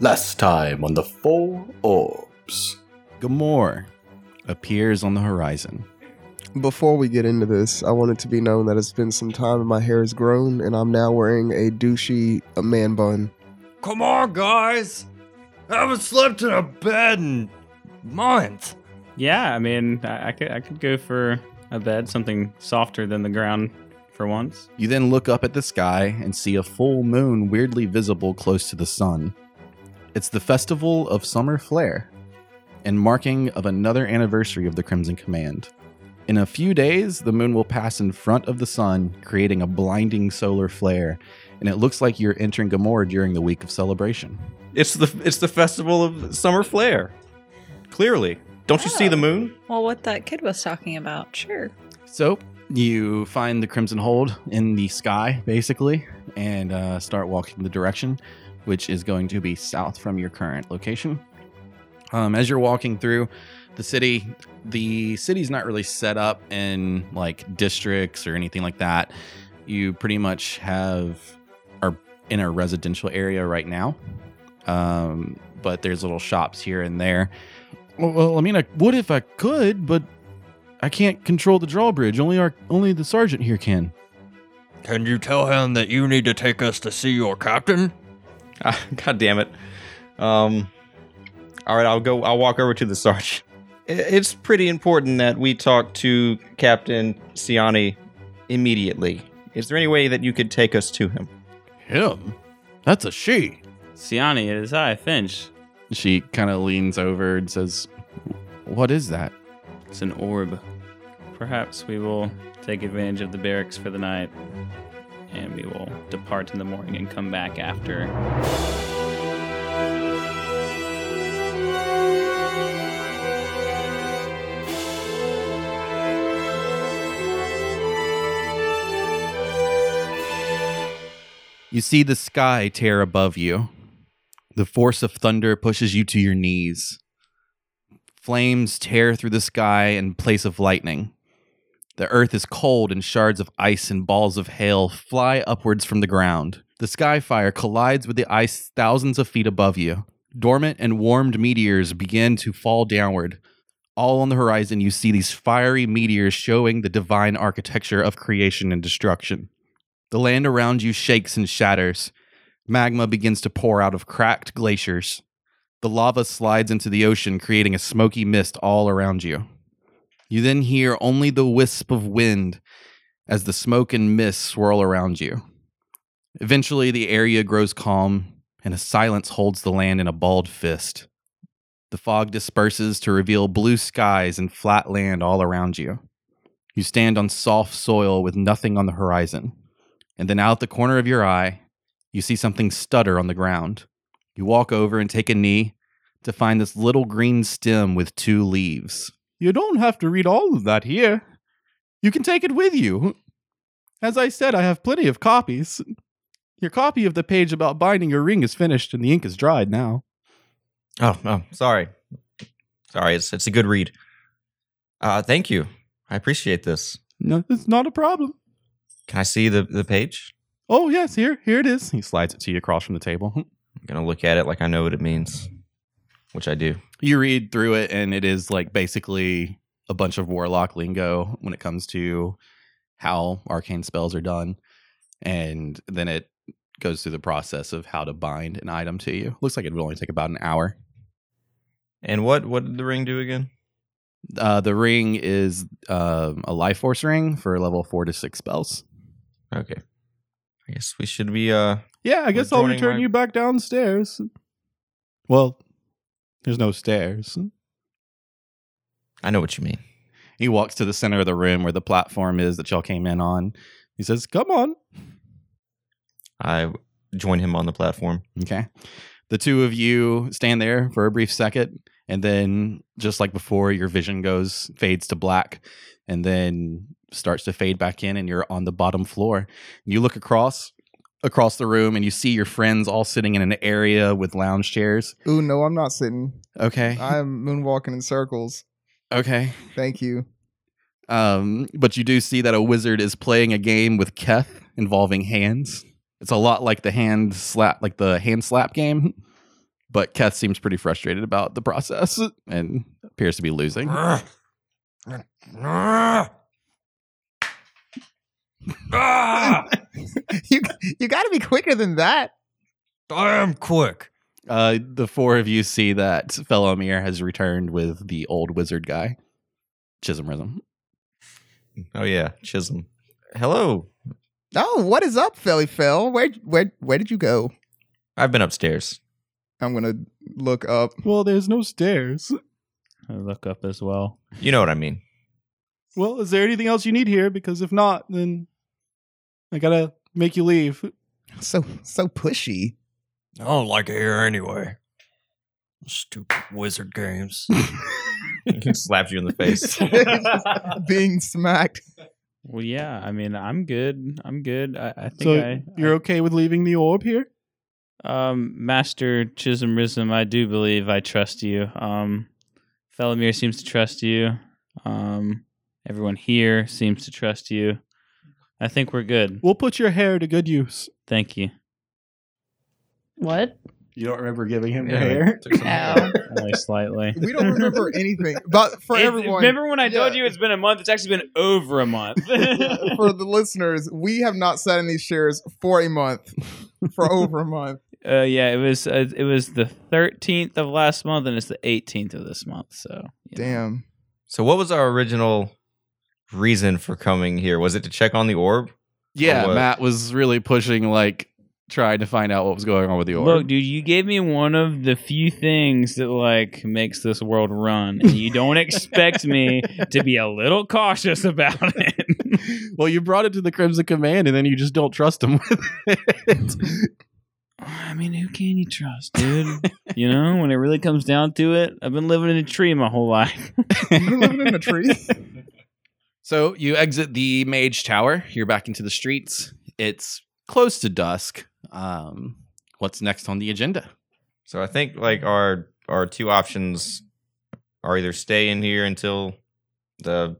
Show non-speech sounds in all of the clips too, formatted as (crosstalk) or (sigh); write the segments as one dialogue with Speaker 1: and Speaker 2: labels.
Speaker 1: Last time on the Four Orbs.
Speaker 2: Gamor appears on the horizon.
Speaker 3: Before we get into this, I want it to be known that it's been some time and my hair has grown, and I'm now wearing a douchey uh, man bun.
Speaker 4: Come on, guys. I haven't slept in a bed in months.
Speaker 5: Yeah, I mean, I, I could I could go for a bed, something softer than the ground for once.
Speaker 2: You then look up at the sky and see a full moon weirdly visible close to the sun. It's the festival of summer flare and marking of another anniversary of the Crimson Command. In a few days, the moon will pass in front of the sun, creating a blinding solar flare, and it looks like you're entering Gamor during the week of celebration.
Speaker 6: It's the it's the festival of summer flare. Clearly, don't you see the moon?
Speaker 7: Oh, Well, what that kid was talking about, sure.
Speaker 2: So you find the Crimson Hold in the sky, basically, and uh, start walking the direction, which is going to be south from your current location. Um, as you're walking through the city, the city's not really set up in like districts or anything like that. You pretty much have are in a residential area right now, um, but there's little shops here and there. Well, well, I mean, I would if I could, but I can't control the drawbridge. Only our only the sergeant here can.
Speaker 4: Can you tell him that you need to take us to see your captain?
Speaker 6: Ah, (laughs) God damn it. Um, all right, I'll go. I'll walk over to the sergeant. I- It's pretty important that we talk to Captain Siani immediately. Is there any way that you could take us to him?
Speaker 2: Him? That's a she.
Speaker 5: Siani, it is I, Finch.
Speaker 2: She kind of leans over and says, "What is that?"
Speaker 5: It's an orb. Perhaps we will take advantage of the barracks for the night, and we will depart in the morning and come back after.
Speaker 2: You see the sky tear above you. The force of thunder pushes you to your knees. Flames tear through the sky in place of lightning. The earth is cold, and shards of ice and balls of hail fly upwards from the ground. The sky fire collides with the ice thousands of feet above you. Dormant and warmed meteors begin to fall downward. All on the horizon, you see these fiery meteors showing the divine architecture of creation and destruction. The land around you shakes and shatters. Magma begins to pour out of cracked glaciers. The lava slides into the ocean, creating a smoky mist all around you. You then hear only the wisp of wind as the smoke and mist swirl around you. Eventually, the area grows calm, and a silence holds the land in a balled fist. The fog disperses to reveal blue skies and flat land all around you. You stand on soft soil with nothing on the horizon and then out the corner of your eye, you see something stutter on the ground. You walk over and take a knee to find this little green stem with two leaves. You don't have to read all of that here. You can take it with you. As I said, I have plenty of copies. Your copy of the page about binding your ring is finished and the ink is dried now.
Speaker 6: Oh, oh, sorry, sorry. It's it's a good read. Uh, thank you. I appreciate this.
Speaker 2: No, it's not a problem.
Speaker 6: Can I see the the page?
Speaker 2: Oh, yes, here, here it is. He slides it to you across from the table.
Speaker 6: I'm gonna look at it like I know what it means, which I do.
Speaker 2: you read through it and it is like basically a bunch of warlock lingo when it comes to how arcane spells are done and then it goes through the process of how to bind an item to you looks like it would only take about an hour
Speaker 6: And what what did the ring do again?
Speaker 2: uh, the ring is um, a life force ring for level four to six spells
Speaker 6: Okay, I guess we should be uh
Speaker 2: yeah i
Speaker 6: guess I'll Joining return my- you
Speaker 2: back downstairs well there's no stairs
Speaker 6: I know what you mean.
Speaker 2: He walks to the center of the room where the platform is that y'all came in on. He says, Come on.
Speaker 6: I join him on the platform.
Speaker 2: Okay. The two of you stand there for a brief second. And then, just like before, your vision goes, fades to black, and then starts to fade back in, and you're on the bottom floor. You look across. Across the room, and you see your friends all sitting in an area with lounge chairs.
Speaker 3: Ooh, no, I'm not sitting.
Speaker 2: Okay.
Speaker 3: I'm (laughs) moonwalking in circles.
Speaker 2: okay.
Speaker 3: Thank you. (laughs)
Speaker 2: Um, but you do see that a wizard is playing a game with Keth involving hands. It's a lot like the hand slap, like the hand slap game. But Keth seems pretty frustrated about the process and appears to be losing.
Speaker 4: Ah,
Speaker 3: you you got to be quicker than that.
Speaker 4: I am quick.
Speaker 2: Uh, the four of you see that fellow Amir has returned with the old wizard guy, Chisholm Rhythm.
Speaker 6: Oh yeah, Chisholm. Hello.
Speaker 3: Oh, what is up, Philly Phil? Where where where did you go?
Speaker 6: I've been upstairs.
Speaker 3: I'm gonna look up.
Speaker 2: Well, there's no stairs.
Speaker 5: I look up as well.
Speaker 6: You know what I mean.
Speaker 2: Well, is there anything else you need here? Because if not, then I gotta make you leave.
Speaker 3: So so pushy. (laughs)
Speaker 4: I don't like it here anyway. Stupid wizard games.
Speaker 6: Slapped you in
Speaker 3: (laughs)
Speaker 6: the face.
Speaker 3: Being smacked.
Speaker 5: Well, yeah. I mean, I'm good. I'm good. I, I think I,
Speaker 2: okay with leaving the orb here?
Speaker 5: Um, Master Chisholm Rism, I do believe I trust you. Um, Felomir seems to trust you. Um, everyone here seems to trust you. I think we're good.
Speaker 2: We'll put your hair to good use.
Speaker 5: Thank you.
Speaker 7: What?
Speaker 2: You don't remember giving him
Speaker 6: Yeah.
Speaker 7: No.
Speaker 5: Only slightly.
Speaker 3: We don't
Speaker 5: (laughs)
Speaker 3: remember anything. But for
Speaker 5: It-
Speaker 3: everyone,
Speaker 5: Remember when I told
Speaker 3: yeah.
Speaker 5: you it's been a month? It's actually been over a
Speaker 3: (laughs)
Speaker 5: month. (laughs)
Speaker 3: for the listeners, we have not sat in these chairs for a month, for over a month.
Speaker 5: uh, yeah, it was uh, it was the 13th of last month, and it's the 18th of this month. So you know.
Speaker 3: Damn.
Speaker 6: so what was our original reason for coming here? Was it to check on the orb?
Speaker 2: Yeah,
Speaker 6: Or what?
Speaker 2: Matt was really pushing, like trying to find out what was going on with the orb.
Speaker 5: Look, dude, you gave me one of the few things that like makes this world run, and you don't expect me to be a little cautious about (laughs) it.
Speaker 2: (laughs) well, you brought it to the Crimson Command, and then you just don't trust him with it.
Speaker 5: I mean, who can you trust, dude? (laughs) you know, when it really comes down to it, I've been living in a tree my whole life.
Speaker 3: You've been living in a tree.
Speaker 2: so you exit the Mage Tower. You're back into the streets. It's close to dusk. Um, what's next on the agenda?
Speaker 6: So I think like our our two options are either stay in here until the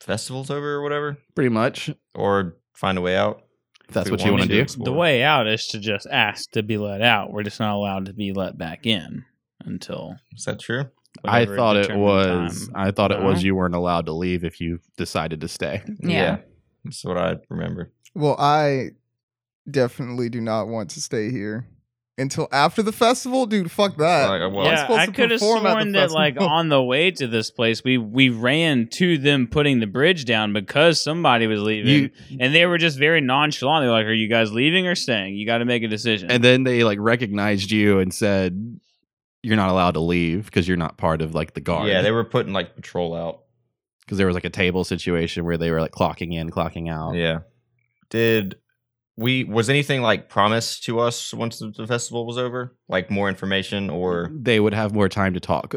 Speaker 6: festival's over or whatever,
Speaker 2: Pretty much,
Speaker 6: or find a way out.
Speaker 2: if that's
Speaker 6: We
Speaker 2: what you want
Speaker 6: wanted
Speaker 2: to
Speaker 6: to.
Speaker 2: do.
Speaker 5: (laughs) The way out is to just ask to be let out. We're just not allowed to be let back in until.
Speaker 6: Is that true?
Speaker 2: I
Speaker 5: whatever
Speaker 2: thought it
Speaker 5: determined
Speaker 2: was.
Speaker 5: time.
Speaker 2: I thought it was.
Speaker 5: No?
Speaker 2: You weren't allowed to leave if you decided to (laughs) stay.
Speaker 7: Yeah.
Speaker 6: That's what I remember.
Speaker 3: Well, I definitely do not want to stay here until after the festival, dude. Fuck that.
Speaker 6: Like, uh, well,
Speaker 5: yeah,
Speaker 3: supposed
Speaker 5: I
Speaker 3: to
Speaker 5: could have
Speaker 3: perform at the
Speaker 5: sworn that like
Speaker 3: festival.
Speaker 5: on the way to this place, we we ran to them putting the bridge down because somebody was leaving,
Speaker 2: You
Speaker 5: and they were just very nonchalant. They were like, "Are you guys leaving or staying? You got to make a decision."
Speaker 2: and then they like recognized you and said you're not allowed to leave because you're not part of like the guard
Speaker 6: yeah, they were putting like patrol out.
Speaker 2: because there was like a table situation where they were like clocking in clocking out
Speaker 6: Yeah. Um, Did we was anything like promised to us once the, the festival was over? Like more information or
Speaker 2: they would have more time to talk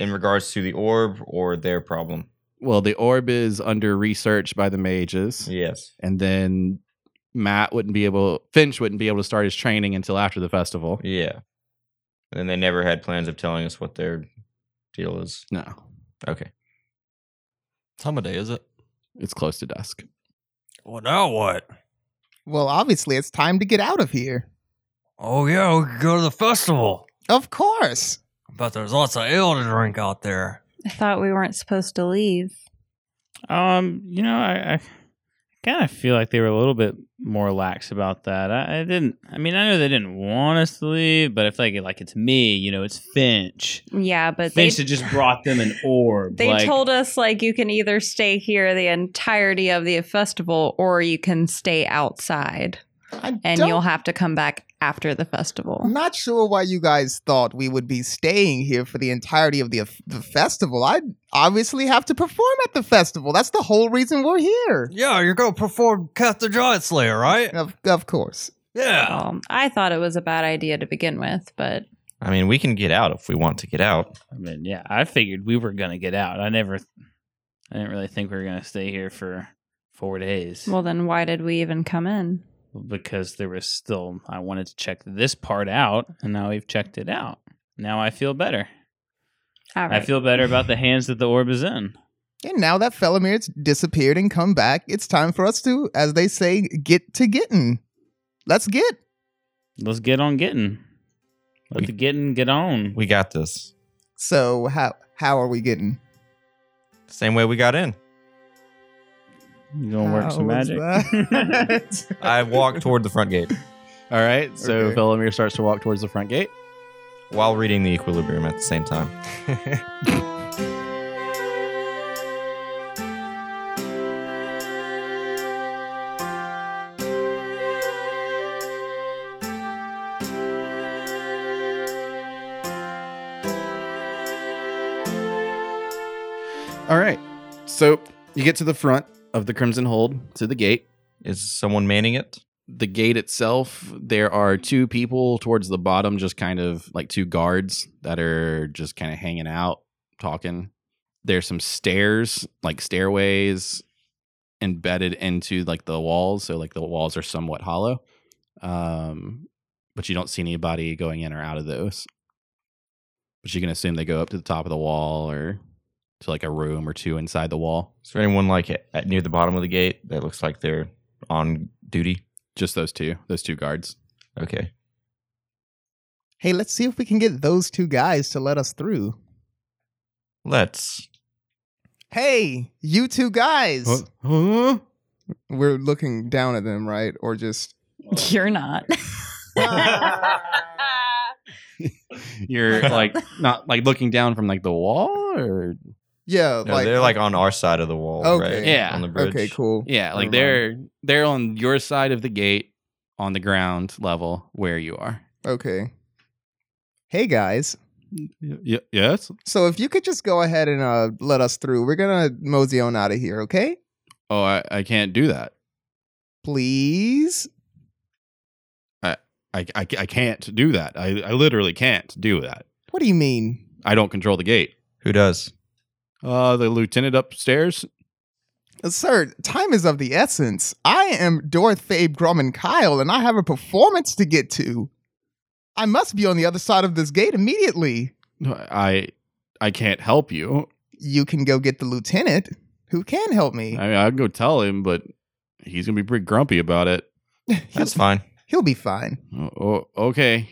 Speaker 6: in regards to the orb or their problem?
Speaker 2: well the orb is under research by the mages
Speaker 6: Yes.
Speaker 2: and then matt wouldn't be able finch wouldn't be able to start his training until after the festival
Speaker 6: Yeah. And they never had plans of telling us what their deal is.
Speaker 2: no
Speaker 6: Okay.
Speaker 4: Time of day is it?
Speaker 2: it's close to dusk
Speaker 4: Well, now what?
Speaker 3: well, obviously, it's time to get out of here.
Speaker 4: Oh yeah, we could go to the festival.
Speaker 3: Of course.
Speaker 4: But there's lots of ale to drink out there.
Speaker 7: I thought we weren't supposed to leave.
Speaker 5: Um, you know, I, I kind of feel like they were a little bit more lax about that. I, I didn't. I mean, I know they didn't want us to leave, but I feel like like it's me. You know, it's Finch.
Speaker 7: Yeah, but they
Speaker 5: Finch had just brought them an orb.
Speaker 7: they
Speaker 5: like-
Speaker 7: told us like you can either stay here the entirety of the festival or you can stay outside
Speaker 3: I
Speaker 7: and
Speaker 3: don't-
Speaker 7: you'll have to come back after the festival.
Speaker 3: I'm not sure why you guys thought we would be staying here for the entirety of the, the festival. I obviously have to perform at the festival. That's the whole reason we're here.
Speaker 4: Yeah, you're gonna perform Cat the Giant Slayer, right?
Speaker 3: Of, of course.
Speaker 4: Yeah.
Speaker 7: Well, Um, I thought it was a bad idea to begin with, but
Speaker 6: I mean, we can get out if we want to get out.
Speaker 5: I mean, yeah, I figured we were gonna get out. I never, I didn't really think we were gonna stay here for four days.
Speaker 7: well then why did we even come in?
Speaker 5: because there was still I wanted to check this part out, and now we've checked it out. Now I feel better.
Speaker 7: All
Speaker 5: I
Speaker 7: right.
Speaker 5: feel better about the hands that the orb is in.
Speaker 3: And now that Felomir's disappeared and come back, it's time for us to, as they say, get to getting. Let's get.
Speaker 5: Let's get on getting. Let the getting get on.
Speaker 8: We got this.
Speaker 3: So how how are we getting?
Speaker 8: Same way we got in.
Speaker 5: You gonna work some
Speaker 3: How is
Speaker 5: magic? (laughs)
Speaker 3: that? (laughs)
Speaker 8: I walk toward the front gate
Speaker 9: All right, so
Speaker 3: Okay.
Speaker 9: Felomir starts to walk towards the front gate.
Speaker 8: while reading the equilibrium at the same time.
Speaker 2: All right. So you get to the front of the Crimson Hold to the gate.
Speaker 8: Is someone manning it?
Speaker 2: The gate itself, there are two people towards the bottom, just kind of like two guards that are just kind of hanging out, talking. There's some stairs, like stairways embedded into like the walls. So like the walls are somewhat hollow. Um, but you don't see anybody going in or out of those. But you can assume they go up to the top of the wall or to like a room or two inside the wall.
Speaker 8: Is there anyone like at near the bottom of the gate that looks like they're on duty?
Speaker 2: Just those two, those two guards.
Speaker 8: Okay.
Speaker 3: hey, let's see if we can get those two guys to let us through.
Speaker 8: Let's.
Speaker 3: Hey, you two guys.
Speaker 2: Huh?
Speaker 10: We're looking down at them, right? Or just
Speaker 7: (laughs) You're not. (laughs)
Speaker 2: You're like not like looking down from like the wall or
Speaker 10: yeah,
Speaker 8: No,
Speaker 10: like
Speaker 3: uh,
Speaker 8: they're like on our side of the wall,
Speaker 10: Okay.
Speaker 8: right?
Speaker 2: Yeah.
Speaker 8: On the bridge.
Speaker 10: okay, cool.
Speaker 2: yeah, like
Speaker 10: Never
Speaker 2: they're they're on your side of the gate on the ground level where you are.
Speaker 10: Okay,
Speaker 3: hey guys.
Speaker 2: Y- yes.
Speaker 3: So if you could just go ahead and uh, let us through, we're gonna mosey on out of here, okay?
Speaker 2: Oh, I, I can't do that.
Speaker 3: Please.
Speaker 2: I, I, I can't do that. I, I literally can't do that.
Speaker 3: What do you mean?
Speaker 2: I don't control the gate.
Speaker 8: Who does?
Speaker 2: Uh, the lieutenant upstairs.
Speaker 3: Uh, Sir, time is of the essence. I am Dorth Fabe Grumman Kyle, and I have a performance to get to. I must be on the other side of this gate immediately.
Speaker 2: I I can't help you.
Speaker 3: You can go get the lieutenant, who can help me. (laughs)
Speaker 2: I mean, I can go tell him, but he's gonna be pretty grumpy about it.
Speaker 3: he'll,
Speaker 8: That's fine. (laughs)
Speaker 3: he'll be fine.
Speaker 2: Oh, oh, okay.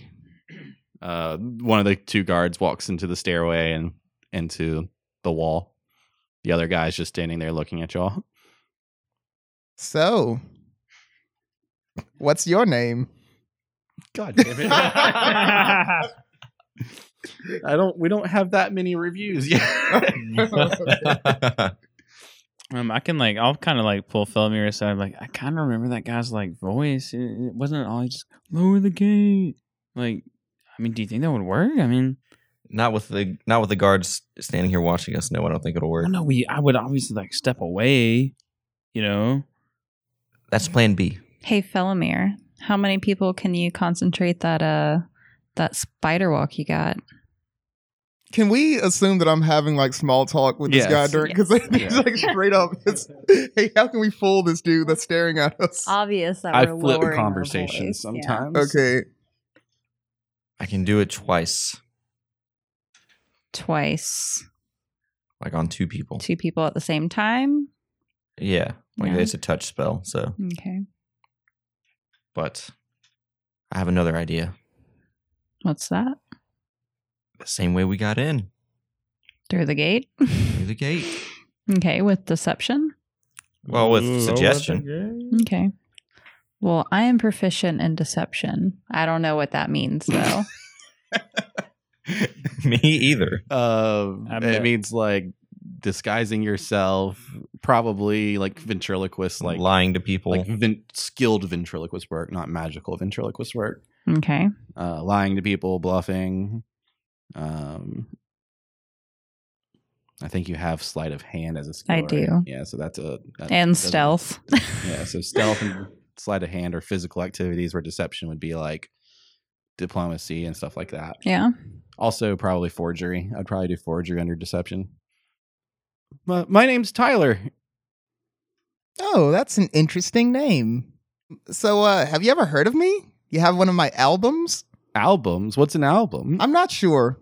Speaker 2: Uh, one of the two guards walks into the stairway and into the wall. The other guy's just standing there looking at y'all.
Speaker 3: So, what's your name?
Speaker 2: God damn it! I don't. We don't have that many reviews yet.
Speaker 5: Um, I can like I'll kind of like pull Felomir aside. Like I kind of remember that guy's like voice. It, it wasn't all he just lower the gate. Like I mean, do you think that would work? I mean,
Speaker 8: not with the not with the guards standing here watching us. No, I don't think it'll
Speaker 5: I
Speaker 8: work.
Speaker 5: don't know we I would obviously like step away. You know,
Speaker 8: That's plan B.
Speaker 7: hey, Felomir, how many people can you concentrate that uh that spider walk you got?
Speaker 10: Can we assume that I'm having like small talk with
Speaker 2: Yes.
Speaker 10: this guy during because
Speaker 3: (laughs)
Speaker 10: he's like straight up? It's, hey, how can we fool this dude that's staring at us?
Speaker 7: Obvious
Speaker 2: (laughs)
Speaker 7: that
Speaker 2: I
Speaker 7: we're
Speaker 2: flip
Speaker 7: lowering our
Speaker 2: conversations
Speaker 7: voice, yeah.
Speaker 2: sometimes.
Speaker 10: okay,
Speaker 8: I can do it twice,
Speaker 7: Twice,
Speaker 8: like on two people.
Speaker 7: two people at the same time.
Speaker 8: Yeah, like
Speaker 7: Yeah.
Speaker 8: it's a touch spell. So,
Speaker 7: Okay,
Speaker 8: but I have another idea.
Speaker 7: what's that?
Speaker 8: The same way we got in
Speaker 7: Through the gate. (laughs)
Speaker 8: through the gate. (laughs)
Speaker 7: okay, with deception.
Speaker 8: Well, with suggestion,
Speaker 7: Okay. Well, I am proficient in deception. I don't know what that
Speaker 2: (laughs)
Speaker 7: means though.
Speaker 8: me either.
Speaker 2: Uh,
Speaker 5: I
Speaker 2: it
Speaker 5: bet.
Speaker 2: means like disguising yourself, probably like ventriloquist, like
Speaker 8: Like lying to people.
Speaker 2: (laughs) like vin- skilled ventriloquist work, not magical ventriloquist work.
Speaker 7: okay.
Speaker 2: uh, lying to people, bluffing. Um, I think you have sleight of hand as a skill.
Speaker 7: I
Speaker 2: right?
Speaker 7: do.
Speaker 2: Yeah, so that's a that
Speaker 7: And
Speaker 2: doesn't-
Speaker 7: stealth.
Speaker 2: Yeah, so stealth and sleight of hand or physical activities where deception would be like diplomacy and stuff like that.
Speaker 7: yeah.
Speaker 2: Also, probably forgery. I'd probably do forgery under deception. My, my name's Tyler.
Speaker 3: Oh, that's an interesting name. So, uh, have you ever heard of me? You have one of my albums?
Speaker 2: Albums. What's an album?
Speaker 3: I'm not sure.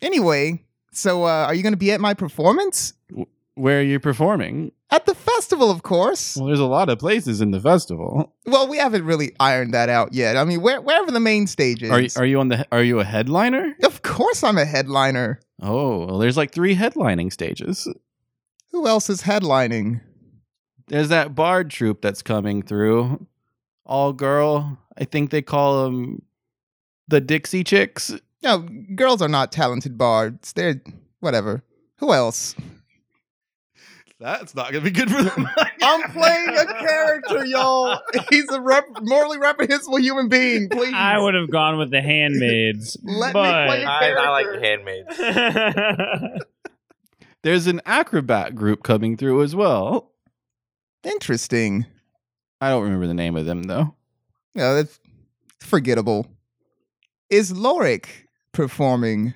Speaker 3: Anyway, so uh, are you going to be at my performance?
Speaker 2: W- where you're performing.
Speaker 3: At the festival, of course.
Speaker 2: Well, there's a lot of places in the festival.
Speaker 3: Well, we haven't really ironed that out yet. I mean, where, wherever the main stage is.
Speaker 2: Are are you on the are you a headliner?
Speaker 3: of course, I'm a headliner.
Speaker 2: Oh, well, there's like three headlining stages.
Speaker 3: Who else is headlining?
Speaker 2: There's that bard troupe that's coming through. All girl. I think they call them the Dixie Chicks.
Speaker 3: No, girls are not talented bards. They're whatever. Who else?
Speaker 11: That's not gonna be good for them.
Speaker 3: (laughs) I'm playing a character, y'all. He's a rep- morally reprehensible human being. Please,
Speaker 5: I would have gone with the handmaids,
Speaker 3: (laughs) Let me play
Speaker 5: but
Speaker 6: I, I like the handmaid.
Speaker 2: There's an acrobat group coming through as well.
Speaker 3: interesting.
Speaker 2: I don't remember the name of them though.
Speaker 3: No, that's forgettable. Is Lorik performing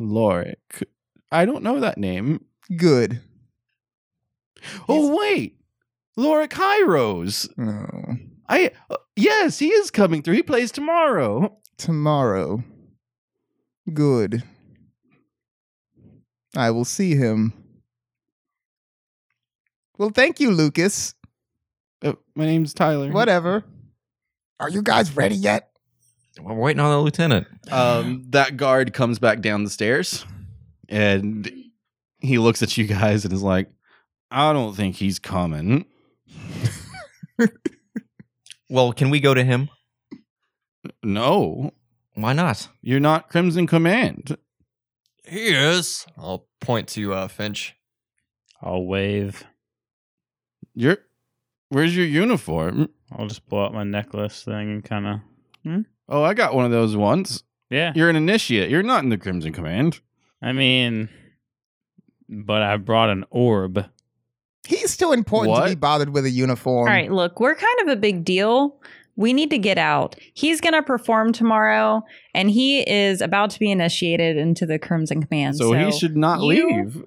Speaker 2: Lorik. I don't know that name.
Speaker 3: good?
Speaker 2: oh wait, Lorik Hyros.
Speaker 3: Oh,
Speaker 2: I uh, yes, he is coming through. He plays tomorrow.
Speaker 3: tomorrow. Good. I will see him. Well, thank you, Lucas.
Speaker 2: Uh, my name's Tyler.
Speaker 3: Whatever. Are you guys ready yet?
Speaker 6: We're waiting on the lieutenant.
Speaker 11: Um,
Speaker 2: That guard comes back down the stairs, and he looks at you guys and is like, "I don't think he's coming."
Speaker 6: Well, can we go to him?
Speaker 2: No,
Speaker 6: Why not?
Speaker 2: you're not Crimson Command.
Speaker 4: He is. I'll point to uh, Finch.
Speaker 5: (laughs) I'll wave.
Speaker 2: You're. Where's your uniform?
Speaker 5: I'll just blow out my necklace thing and kind of
Speaker 2: Oh, I got one of those once.
Speaker 5: yeah.
Speaker 2: You're an initiate. You're not in the Crimson Command.
Speaker 5: I mean, but I brought an orb.
Speaker 3: He's too important
Speaker 2: What?
Speaker 3: to be bothered with a uniform.
Speaker 7: All right, look, we're kind of a big deal. We need to get out. He's going to perform tomorrow, and he is about to be initiated into the Crimson Command.
Speaker 2: So, he should not
Speaker 7: you-
Speaker 2: leave.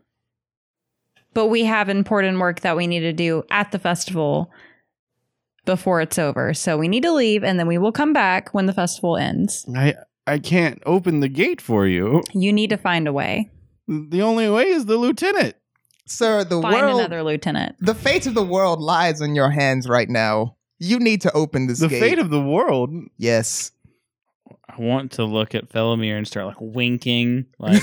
Speaker 7: But we have important work that we need to do at the festival before it's over. So we need to leave, and then we will come back when the festival ends.
Speaker 2: I I can't open the gate for you.
Speaker 7: You need to find a way.
Speaker 2: The only way is the lieutenant.
Speaker 3: Sir, the
Speaker 7: Find
Speaker 3: world
Speaker 7: another lieutenant.
Speaker 3: The fate of the world lies in your hands right now. You need to open this
Speaker 2: The
Speaker 3: gate.
Speaker 2: fate of the world.
Speaker 3: yes.
Speaker 5: I want to look at Felomir and start like winking, like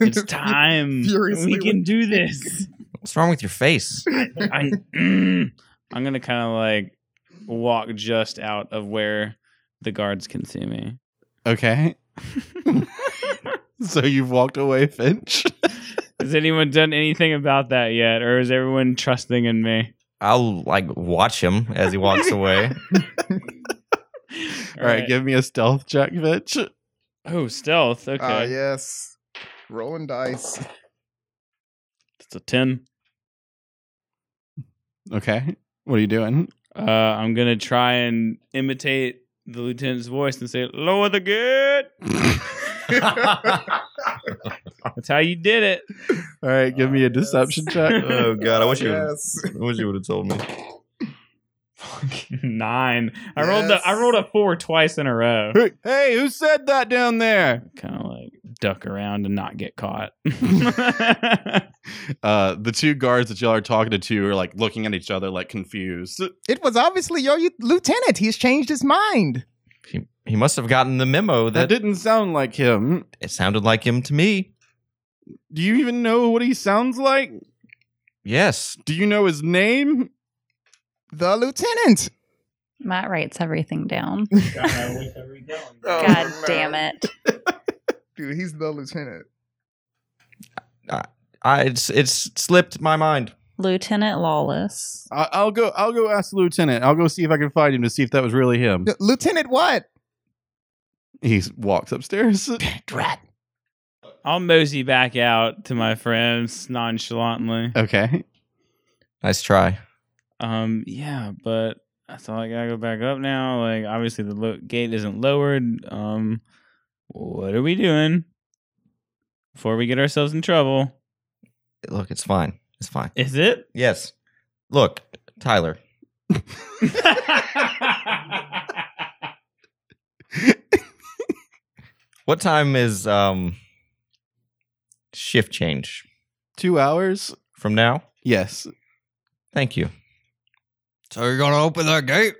Speaker 5: it's time.
Speaker 3: Furiously
Speaker 5: we can do this.
Speaker 6: What's wrong with your face?
Speaker 5: I, am gonna kind of like walk just out of where the guards can see me.
Speaker 2: Okay. (laughs) so you've walked away, Finch.
Speaker 5: Has anyone done anything about that yet, or is everyone trusting in me?
Speaker 6: I'll like watch him as he walks away.
Speaker 2: All right, give me a stealth check, Finch.
Speaker 5: oh stealth. Okay,
Speaker 12: Ah,
Speaker 3: Yes. Rolling dice.
Speaker 5: it's a ten.
Speaker 2: Okay. What are you doing?
Speaker 5: Uh, I'm gonna try and imitate the lieutenant's voice and say, "Lower the gate." That's how you did it.
Speaker 2: All right, give me a deception check.
Speaker 6: (laughs) oh god, I wish you.
Speaker 3: Yes.
Speaker 6: I wish you would have told me.
Speaker 5: (laughs) Nine. I rolled the, I
Speaker 3: Yes.
Speaker 5: rolled a four twice in a row.
Speaker 2: hey, who said that down there?
Speaker 5: kind of like duck around and not get caught. (laughs)
Speaker 11: uh, the two guards that y'all are talking to two are like looking at each other, like confused.
Speaker 3: (laughs) It was obviously your u- lieutenant. He's changed his mind.
Speaker 6: He, he must have gotten the memo
Speaker 2: That
Speaker 6: that
Speaker 2: didn't sound like him.
Speaker 6: it sounded like him to me.
Speaker 2: Do you even know what he sounds like?
Speaker 6: Yes,
Speaker 2: Do you know his name?
Speaker 3: The lieutenant.
Speaker 7: Matt writes everything down.
Speaker 3: Oh,
Speaker 7: God damn it.
Speaker 3: Dude, he's the lieutenant.
Speaker 6: I, it's it's slipped my mind.
Speaker 7: Lieutenant Lawless.
Speaker 2: I- I'll go. I'll go ask the lieutenant. I'll go see if I can find him to see if that was really him.
Speaker 3: lieutenant what?
Speaker 2: He walks
Speaker 13: (laughs)
Speaker 2: upstairs.
Speaker 3: Drat.
Speaker 5: I'll mosey back out to my friends nonchalantly.
Speaker 2: Okay.
Speaker 6: Nice try.
Speaker 5: Um, yeah, but that's all I gotta go back up now. Like, obviously the lo- gate isn't lowered. Um, what are we doing before we get ourselves in trouble?
Speaker 6: Look, it's fine. It's fine.
Speaker 5: Is it?
Speaker 6: Yes. Look, Tyler. What time is um shift change?
Speaker 2: Two hours.
Speaker 6: from now?
Speaker 2: Yes.
Speaker 6: Thank you.
Speaker 4: So you're gonna open that gate?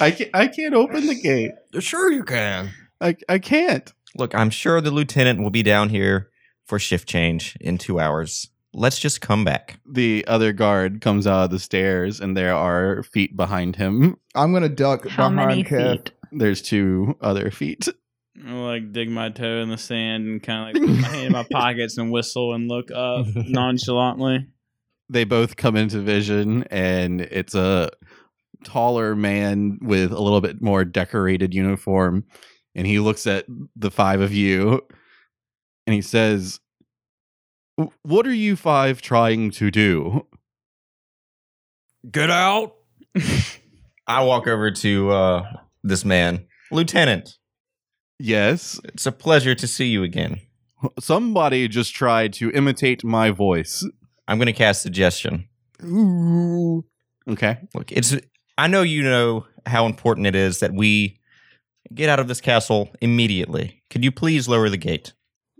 Speaker 2: I can't, I can't open the gate.
Speaker 4: sure you can.
Speaker 2: I, I can't.
Speaker 6: Look, I'm sure the lieutenant will be down here for shift change in two hours. Let's just come back.
Speaker 2: The other guard comes out of the stairs and there are feet behind him.
Speaker 13: I'm gonna duck
Speaker 7: How many
Speaker 13: behind Kev.
Speaker 7: feet?
Speaker 2: There's two other feet.
Speaker 5: I, like dig my toe in the sand and kind of like put my hand in (laughs) my pockets and whistle and look (laughs) up nonchalantly.
Speaker 2: They both come into vision and it's a taller man with a little bit more decorated uniform and he looks at the five of you and he says "W- what are you five trying to do
Speaker 4: Get out.
Speaker 6: I walk over to uh, this man. Lieutenant,
Speaker 2: yes
Speaker 6: it's a pleasure to see you again.
Speaker 2: somebody just tried to imitate my voice
Speaker 6: I'm going to cast suggestion.
Speaker 13: Ooh.
Speaker 2: okay
Speaker 6: Look, it's I know you know how important it is that we get out of this castle immediately. Could you please lower the gate?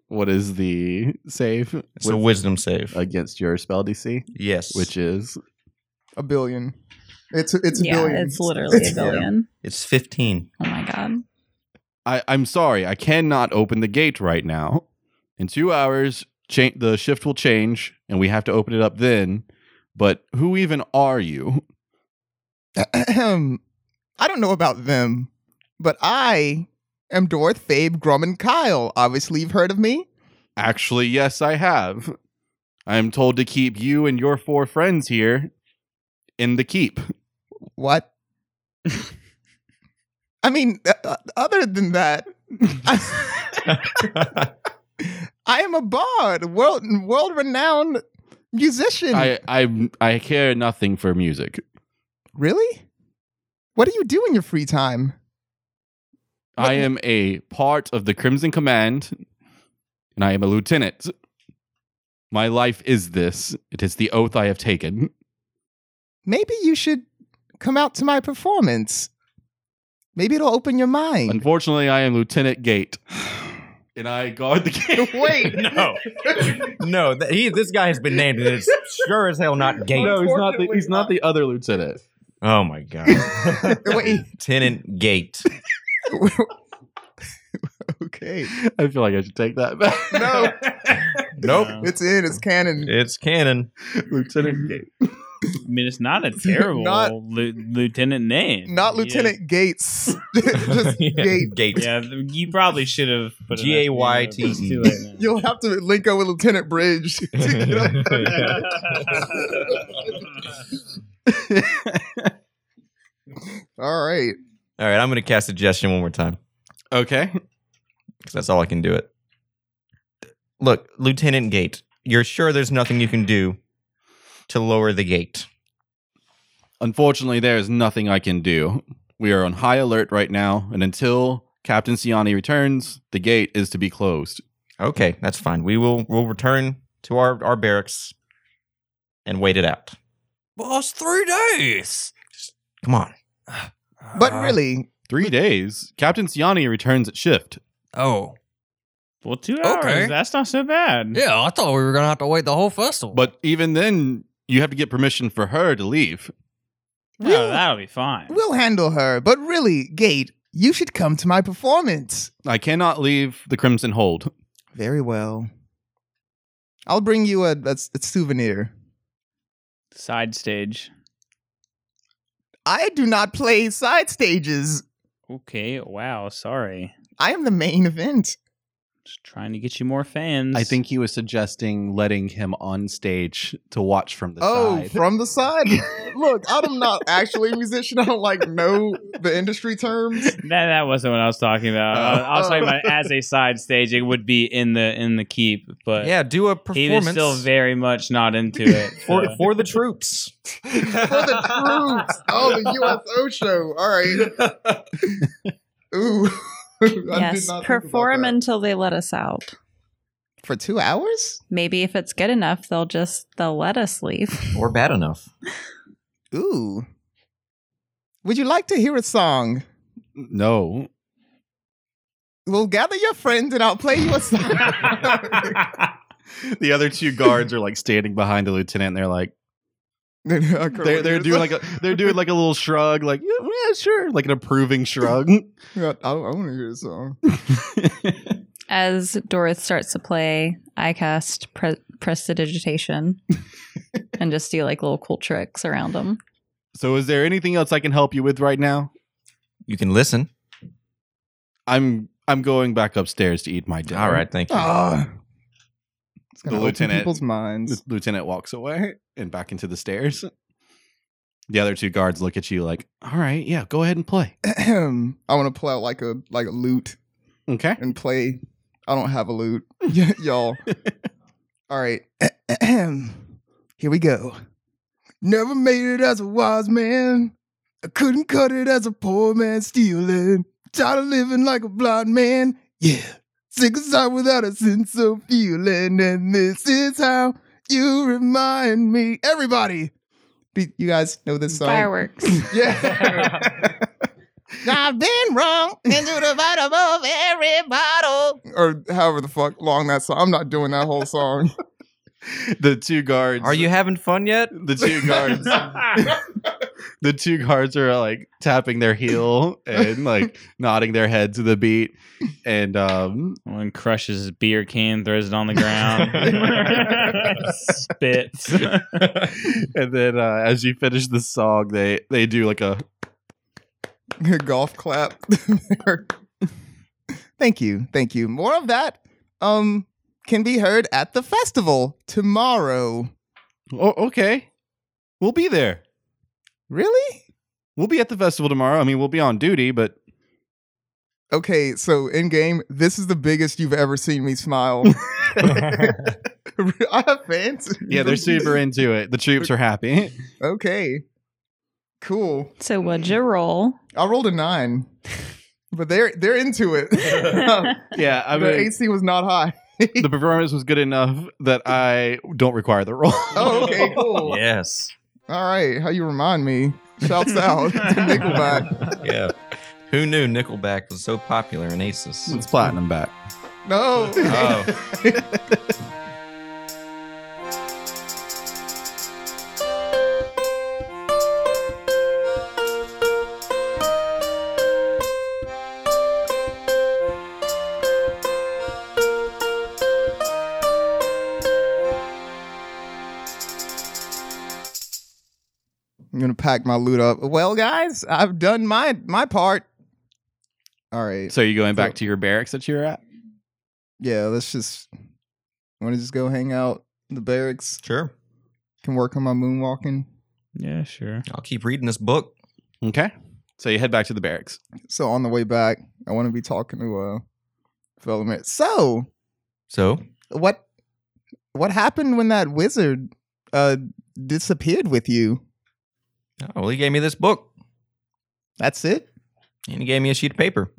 Speaker 2: what is the save
Speaker 6: It's a wisdom save.
Speaker 2: against your spell dc
Speaker 6: yes.
Speaker 2: which is
Speaker 13: A billion. It's it's a
Speaker 7: yeah,
Speaker 13: billion.
Speaker 7: it's literally a
Speaker 13: It's-
Speaker 7: billion.
Speaker 6: it's 15.
Speaker 7: Oh my god.
Speaker 2: I, i'm sorry i cannot open the gate right now in two hours cha- the shift will change and we have to open it up then but who even are you
Speaker 3: Ahem. I don't know about them, but I am Dorth Fabe Grumman Kyle. Obviously, you've heard of me.
Speaker 2: actually yes i have i am told to keep you and your four friends here in the keep
Speaker 7: (laughs)
Speaker 3: What? I mean, uh, uh, other
Speaker 2: (laughs)
Speaker 3: than that, I, I am a bard, world world renowned musician.
Speaker 2: I, I i care nothing for music
Speaker 3: really? What do you do in your free time?
Speaker 2: I am a part of the Crimson Command, and I am a lieutenant. My life is this. It is the oath I have taken.
Speaker 3: Maybe you should come out to my performance. Maybe it'll open your mind.
Speaker 2: Unfortunately, I am Lieutenant Gate, (sighs) and I guard
Speaker 3: (laughs)
Speaker 2: the gate. (laughs)
Speaker 3: Wait,
Speaker 6: No. (laughs) no, th- he, this guy has been named, and it's sure as hell not gate.
Speaker 2: No, he's not. The, he's not the other lieutenant.
Speaker 6: Oh my (laughs) god.
Speaker 3: Wait.
Speaker 6: Tenant Gate.
Speaker 3: (laughs) okay.
Speaker 2: I feel like I should take that back. (laughs)
Speaker 3: No,
Speaker 6: Nope.
Speaker 5: Um,
Speaker 3: it's in. It's canon.
Speaker 6: It's canon.
Speaker 2: Lieutenant Gate.
Speaker 5: I mean, it's not a terrible
Speaker 3: Not-
Speaker 5: lu- lieutenant name.
Speaker 3: Not
Speaker 5: Yeah.
Speaker 3: Lieutenant Gates. (laughs)
Speaker 2: (laughs)
Speaker 3: Just
Speaker 6: (laughs) Yeah,
Speaker 3: Gate.
Speaker 6: Gate.
Speaker 5: Yeah, th- you probably should have put an
Speaker 6: G-A-Y-T-E.
Speaker 5: S in there, but it's too late now.
Speaker 3: You'll have to link up with
Speaker 2: (laughs)
Speaker 3: Lieutenant Bridge. (laughs) to get up.
Speaker 5: (laughs)
Speaker 3: All right.
Speaker 6: All right, I'm going to cast suggestion one more time
Speaker 2: Okay.
Speaker 6: because that's all I can do it. Look, Lieutenant Gate, you're sure there's nothing you can do to lower the gate.
Speaker 2: Unfortunately, there is nothing I can do. We are on high alert right now, and until Captain Siani returns, the gate is to be closed.
Speaker 6: Okay, that's fine. We will we'll return to our, our barracks and wait it out.
Speaker 4: Well, it's three days. (sighs)
Speaker 6: Come on.
Speaker 3: But
Speaker 4: Uh,
Speaker 3: really,
Speaker 2: Three days. Captain Siani returns at shift.
Speaker 4: Oh.
Speaker 5: well, two hours.
Speaker 4: Okay.
Speaker 5: That's not so bad.
Speaker 4: Yeah, I thought we were gonna have to wait the whole festival.
Speaker 2: But even then, you have to get permission for her to leave.
Speaker 5: No,
Speaker 3: Really?
Speaker 5: Oh, that'll be fine.
Speaker 3: we'll handle her. But really, Gate, you should come to my performance.
Speaker 2: I cannot leave the Crimson Hold.
Speaker 3: Very well. I'll bring you a, a, s- a souvenir.
Speaker 5: Side stage.
Speaker 3: I do not play side stages.
Speaker 5: Okay. Wow. Sorry.
Speaker 3: I am the main event.
Speaker 5: Just trying to get you more fans.
Speaker 2: I think he was suggesting letting him on stage to watch from the
Speaker 3: oh,
Speaker 2: side.
Speaker 3: from the side. (laughs) Look, I'm not actually a musician. I don't like know the industry terms.
Speaker 5: that that wasn't what I was talking about. I, I was talking about as a side stage. It would be in the in the keep, but
Speaker 6: yeah, do a
Speaker 5: he was
Speaker 6: performance
Speaker 5: still very much not into it.
Speaker 6: for,
Speaker 5: (laughs) so.
Speaker 6: for the troops.
Speaker 3: For the troops. Oh, the USO show. All right. (laughs) Ooh. I did
Speaker 7: yes.
Speaker 3: not think about
Speaker 7: Perform
Speaker 3: that.
Speaker 7: until they let us out.
Speaker 3: for two hours.
Speaker 7: Maybe if it's good enough, they'll just they'll let
Speaker 3: (laughs)
Speaker 7: us leave.
Speaker 6: or bad enough.
Speaker 3: Ooh. Would you like to hear a song?
Speaker 2: no.
Speaker 3: (laughs) We'll gather your friends and I'll play you a song.
Speaker 2: the other (laughs) two guards are like standing behind the lieutenant. And they're like they're, they're doing like a they're doing like a little shrug, like yeah, yeah sure, like an approving (laughs) shrug.
Speaker 3: I, I want to hear a song.
Speaker 7: As Dorith starts to play, I cast pre-
Speaker 3: (laughs)
Speaker 7: prestidigitation and just do like little cool tricks around them.
Speaker 2: so, is there anything else I can help you with right now?
Speaker 6: You can listen.
Speaker 2: I'm I'm going back upstairs to eat my dinner.
Speaker 6: All right,
Speaker 3: (laughs)
Speaker 6: thank you.
Speaker 3: Ah. It's
Speaker 2: The
Speaker 3: gonna open
Speaker 2: lieutenant-
Speaker 3: people's
Speaker 2: The
Speaker 3: minds. (clears throat)
Speaker 2: lieutenant walks away and back into the stairs. (laughs) The other two guards look at you like, "All right, yeah, go ahead and play."
Speaker 3: I want to play out like a like a lute
Speaker 2: Okay.
Speaker 3: and play. I don't have a lute, (laughs) Y- y'all. All right, (clears throat) here we go. Never made it as a wise man. I couldn't cut it as a poor man stealing. Tired of living like a blind man. Yeah, sick aside without a sense of feeling. And this is how you remind me. Everybody, be- you guys know this song.
Speaker 7: Fireworks.
Speaker 3: (laughs) Yeah. I've been wrong into the bottom of every bottle. Or however the fuck long that song. I'm not doing that whole song.
Speaker 2: The two guards
Speaker 3: (laughs)
Speaker 6: Are you having fun yet?
Speaker 2: the two (laughs) guards the two guards are like tapping their heel and (laughs) like nodding their head to the beat and um
Speaker 5: One crushes his beer can, throws it on the ground, spits.
Speaker 2: (laughs) and then uh, as you finish the song they they do like a
Speaker 3: Golf clap. (laughs) thank you. Thank you. More of that um can be heard at the festival tomorrow.
Speaker 2: oh okay we'll be there
Speaker 3: Really?
Speaker 2: we'll be at the festival tomorrow i mean we'll be on duty but
Speaker 3: Okay, so in game, this is the biggest you've ever seen
Speaker 2: (laughs)
Speaker 3: me smile. (laughs) I have fans.
Speaker 2: yeah they're super into it the troops are happy
Speaker 3: (laughs)
Speaker 2: (laughs)
Speaker 3: Okay. Cool.
Speaker 7: so what'd you roll?
Speaker 3: I rolled a nine, but they're they're into (laughs) it. the
Speaker 2: yeah i mean
Speaker 3: AC was not high.
Speaker 2: the performance was good enough that i don't require the role
Speaker 3: (laughs) Oh, (laughs) okay, cool.
Speaker 6: yes.
Speaker 3: All right, how you remind me? Shouts out to Nickelback.
Speaker 6: Yeah. Who knew Nickelback was so popular in Aces?
Speaker 2: (laughs) (laughs) it's platinum back
Speaker 3: (laughs) No.
Speaker 6: Oh.
Speaker 3: I'm gonna pack my loot up. Well, guys, I've done my my part. All right.
Speaker 2: so you're going back to your barracks that you're at
Speaker 3: Yeah, let's just. Want to just go hang out in the barracks?
Speaker 6: Sure.
Speaker 3: Can work on my moonwalking.
Speaker 5: yeah, sure.
Speaker 6: I'll keep reading this book.
Speaker 2: okay so you head back to the barracks
Speaker 3: So on the way back, I want to be talking to uh, fellow man. So
Speaker 6: So,
Speaker 3: what what happened when that wizard uh disappeared with you
Speaker 6: oh, well, he gave me this book
Speaker 3: that's it
Speaker 6: and he gave me a sheet of paper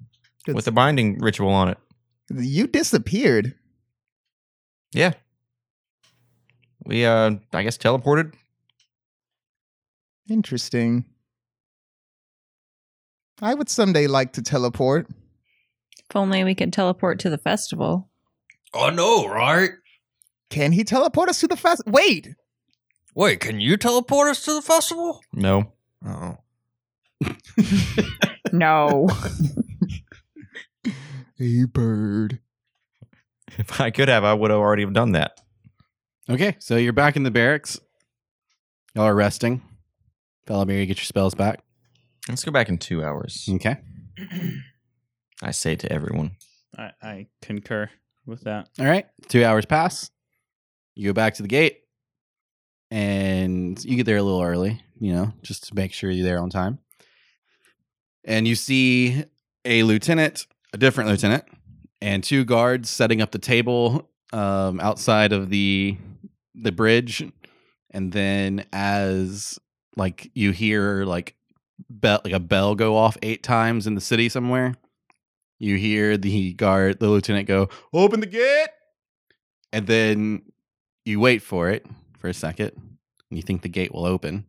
Speaker 3: Good.
Speaker 6: with a binding ritual on it.
Speaker 3: you disappeared
Speaker 6: Yeah. We, uh, I guess, teleported.
Speaker 3: interesting i would someday like to teleport
Speaker 7: If only we could teleport to the festival.
Speaker 4: I know, right?
Speaker 3: can he teleport us to the fest wait
Speaker 4: Wait, can you teleport us to the festival?
Speaker 6: No. Oh.
Speaker 7: No.
Speaker 3: hey bird
Speaker 6: (laughs) If I could have, I would have already have done that.
Speaker 2: Okay, so you're back in the barracks. Y'all are resting. Valamir, you get your spells back.
Speaker 6: Let's go back in two hours.
Speaker 2: Okay.
Speaker 6: I say to everyone.
Speaker 5: I, I concur with that.
Speaker 2: All right. Two hours pass. You go back to the gate and you get there a little early, you know, just to make sure you're there on time. And you see a lieutenant, a different lieutenant, and two guards setting up the table um, outside of the the bridge. And then as like you hear like bell like a bell go off eight times in the city somewhere, you hear the guard, the lieutenant go, open the gate. And then you wait for it for a second and you think the gate will open.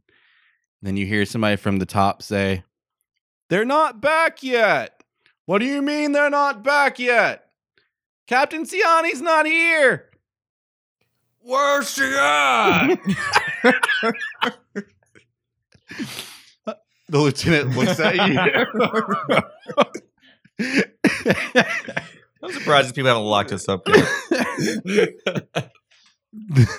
Speaker 2: Then you hear somebody from the top say, They're not back yet. What do you mean they're not back yet? Captain Ciani's not here.
Speaker 14: Where's she
Speaker 4: (laughs)
Speaker 14: at?
Speaker 2: The lieutenant looks at you. (laughs)
Speaker 15: I'm surprised these people haven't locked us up yet.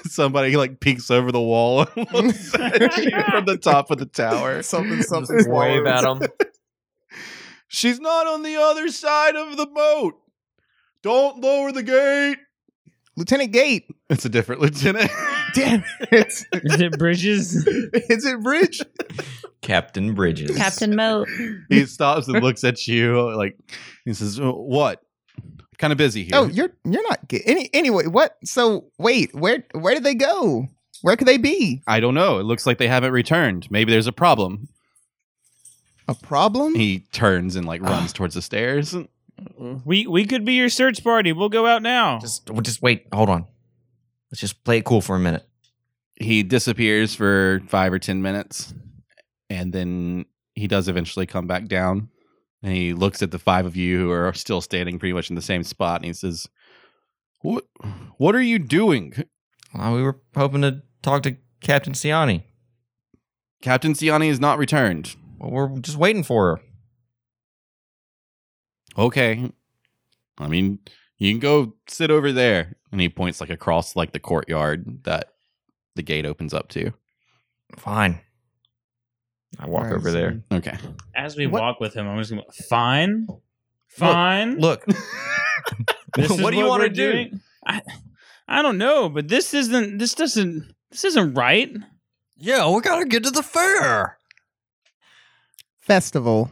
Speaker 2: Somebody like peeks over the wall (laughs) and looks at you from the top of the
Speaker 3: (laughs)
Speaker 2: tower.
Speaker 16: Something, something.
Speaker 6: Just wave
Speaker 16: swallows.
Speaker 6: at him.
Speaker 2: She's not on the other side of the boat. Don't lower the gate.
Speaker 3: Lieutenant Gate.
Speaker 2: It's a different lieutenant.
Speaker 3: (laughs) Damn it. (laughs)
Speaker 5: Is it Bridges?
Speaker 3: Is it Bridge?
Speaker 15: Captain Bridges.
Speaker 7: (laughs) Captain Moat.
Speaker 2: he stops and looks at you like he says, "Uh, "What? Kind of busy here."
Speaker 3: Oh, you're you're not ga- any anyway. What? So wait, where where did they go? Where could they be?
Speaker 2: I don't know. It looks like they haven't returned. Maybe there's a problem.
Speaker 3: A problem?
Speaker 2: He turns and
Speaker 3: Ah.
Speaker 2: like runs towards the stairs.
Speaker 5: Mm-hmm. we we could be your search party. We'll go out now.
Speaker 6: Just, well, just wait. Hold on. Let's just play it cool for a minute.
Speaker 2: He disappears for five or ten minutes, and then he does eventually come back down. And he looks at the five of you who are still standing pretty much in the same spot, and he says, "What? What are you doing,
Speaker 6: Well, Uh, we were hoping to talk to Captain Siani.
Speaker 2: Captain Siani? Is not returned.
Speaker 6: Well, we're just waiting for her.
Speaker 2: okay i mean you can go sit over there and he points like across like the courtyard that the gate opens up to
Speaker 6: Fine. I walk
Speaker 3: Right,
Speaker 6: over
Speaker 3: so-
Speaker 6: there.
Speaker 2: okay
Speaker 5: As we
Speaker 3: What-
Speaker 5: walk with him, I'm just gonna fine, fine.
Speaker 6: (laughs) Look.
Speaker 5: This is
Speaker 6: what do you
Speaker 5: want to
Speaker 6: do?
Speaker 5: I, I don't know, but this isn't. This doesn't. This isn't right.
Speaker 6: Yeah, we gotta get to the fair.
Speaker 3: Festival.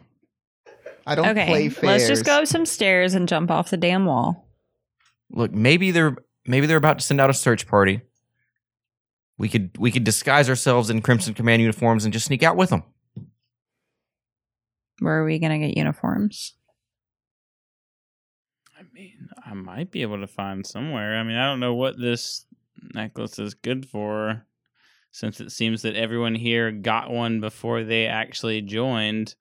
Speaker 3: I don't play
Speaker 7: Okay,
Speaker 3: fairs.
Speaker 7: let's just go up some stairs and jump off the damn wall.
Speaker 6: Look, maybe they're maybe they're about to send out a search party. We could we could disguise ourselves in Crimson Command uniforms and just sneak out with them.
Speaker 7: Where are we gonna get uniforms?
Speaker 5: I mean, I might be able to find somewhere. I mean, I don't know what this necklace is good for, since it seems that everyone here got one before they actually joined.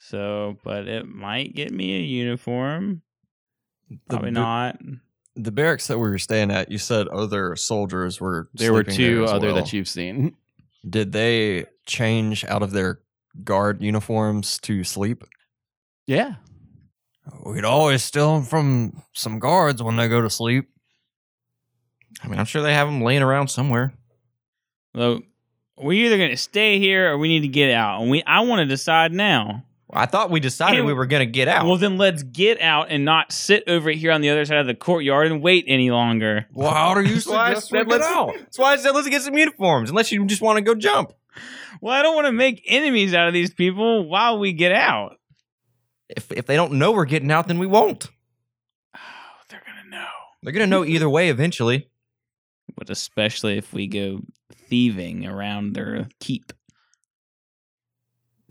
Speaker 5: So, but it might get me a uniform. Probably not.
Speaker 4: The barracks that we were staying at, you said other soldiers were.
Speaker 2: there were
Speaker 4: sleeping
Speaker 2: two
Speaker 4: there as
Speaker 2: other
Speaker 4: well.
Speaker 2: that you've seen
Speaker 4: did. They change out of their guard uniforms to sleep.
Speaker 2: yeah
Speaker 4: We'd always steal them from some guards when they go to sleep.
Speaker 6: I mean, I'm sure they have them laying around somewhere.
Speaker 5: Look, we're either gonna stay here or we need to get out, and we I want to decide now.
Speaker 6: I thought we decided
Speaker 5: And-
Speaker 6: we were gonna get out.
Speaker 5: Well, then let's get out and not sit over here on the other side of the courtyard and wait any longer.
Speaker 6: well, how do you
Speaker 15: That's why I
Speaker 6: suggest we
Speaker 15: said
Speaker 6: get
Speaker 15: let's-
Speaker 6: out? That's why I said let's get some uniforms, unless you just want to go jump.
Speaker 5: Well, I don't want to make enemies out of these people while we get out.
Speaker 6: If if they don't know we're getting out, then we won't.
Speaker 5: Oh, they're gonna know.
Speaker 6: They're gonna know either way eventually.
Speaker 5: But especially if we go thieving around their keep.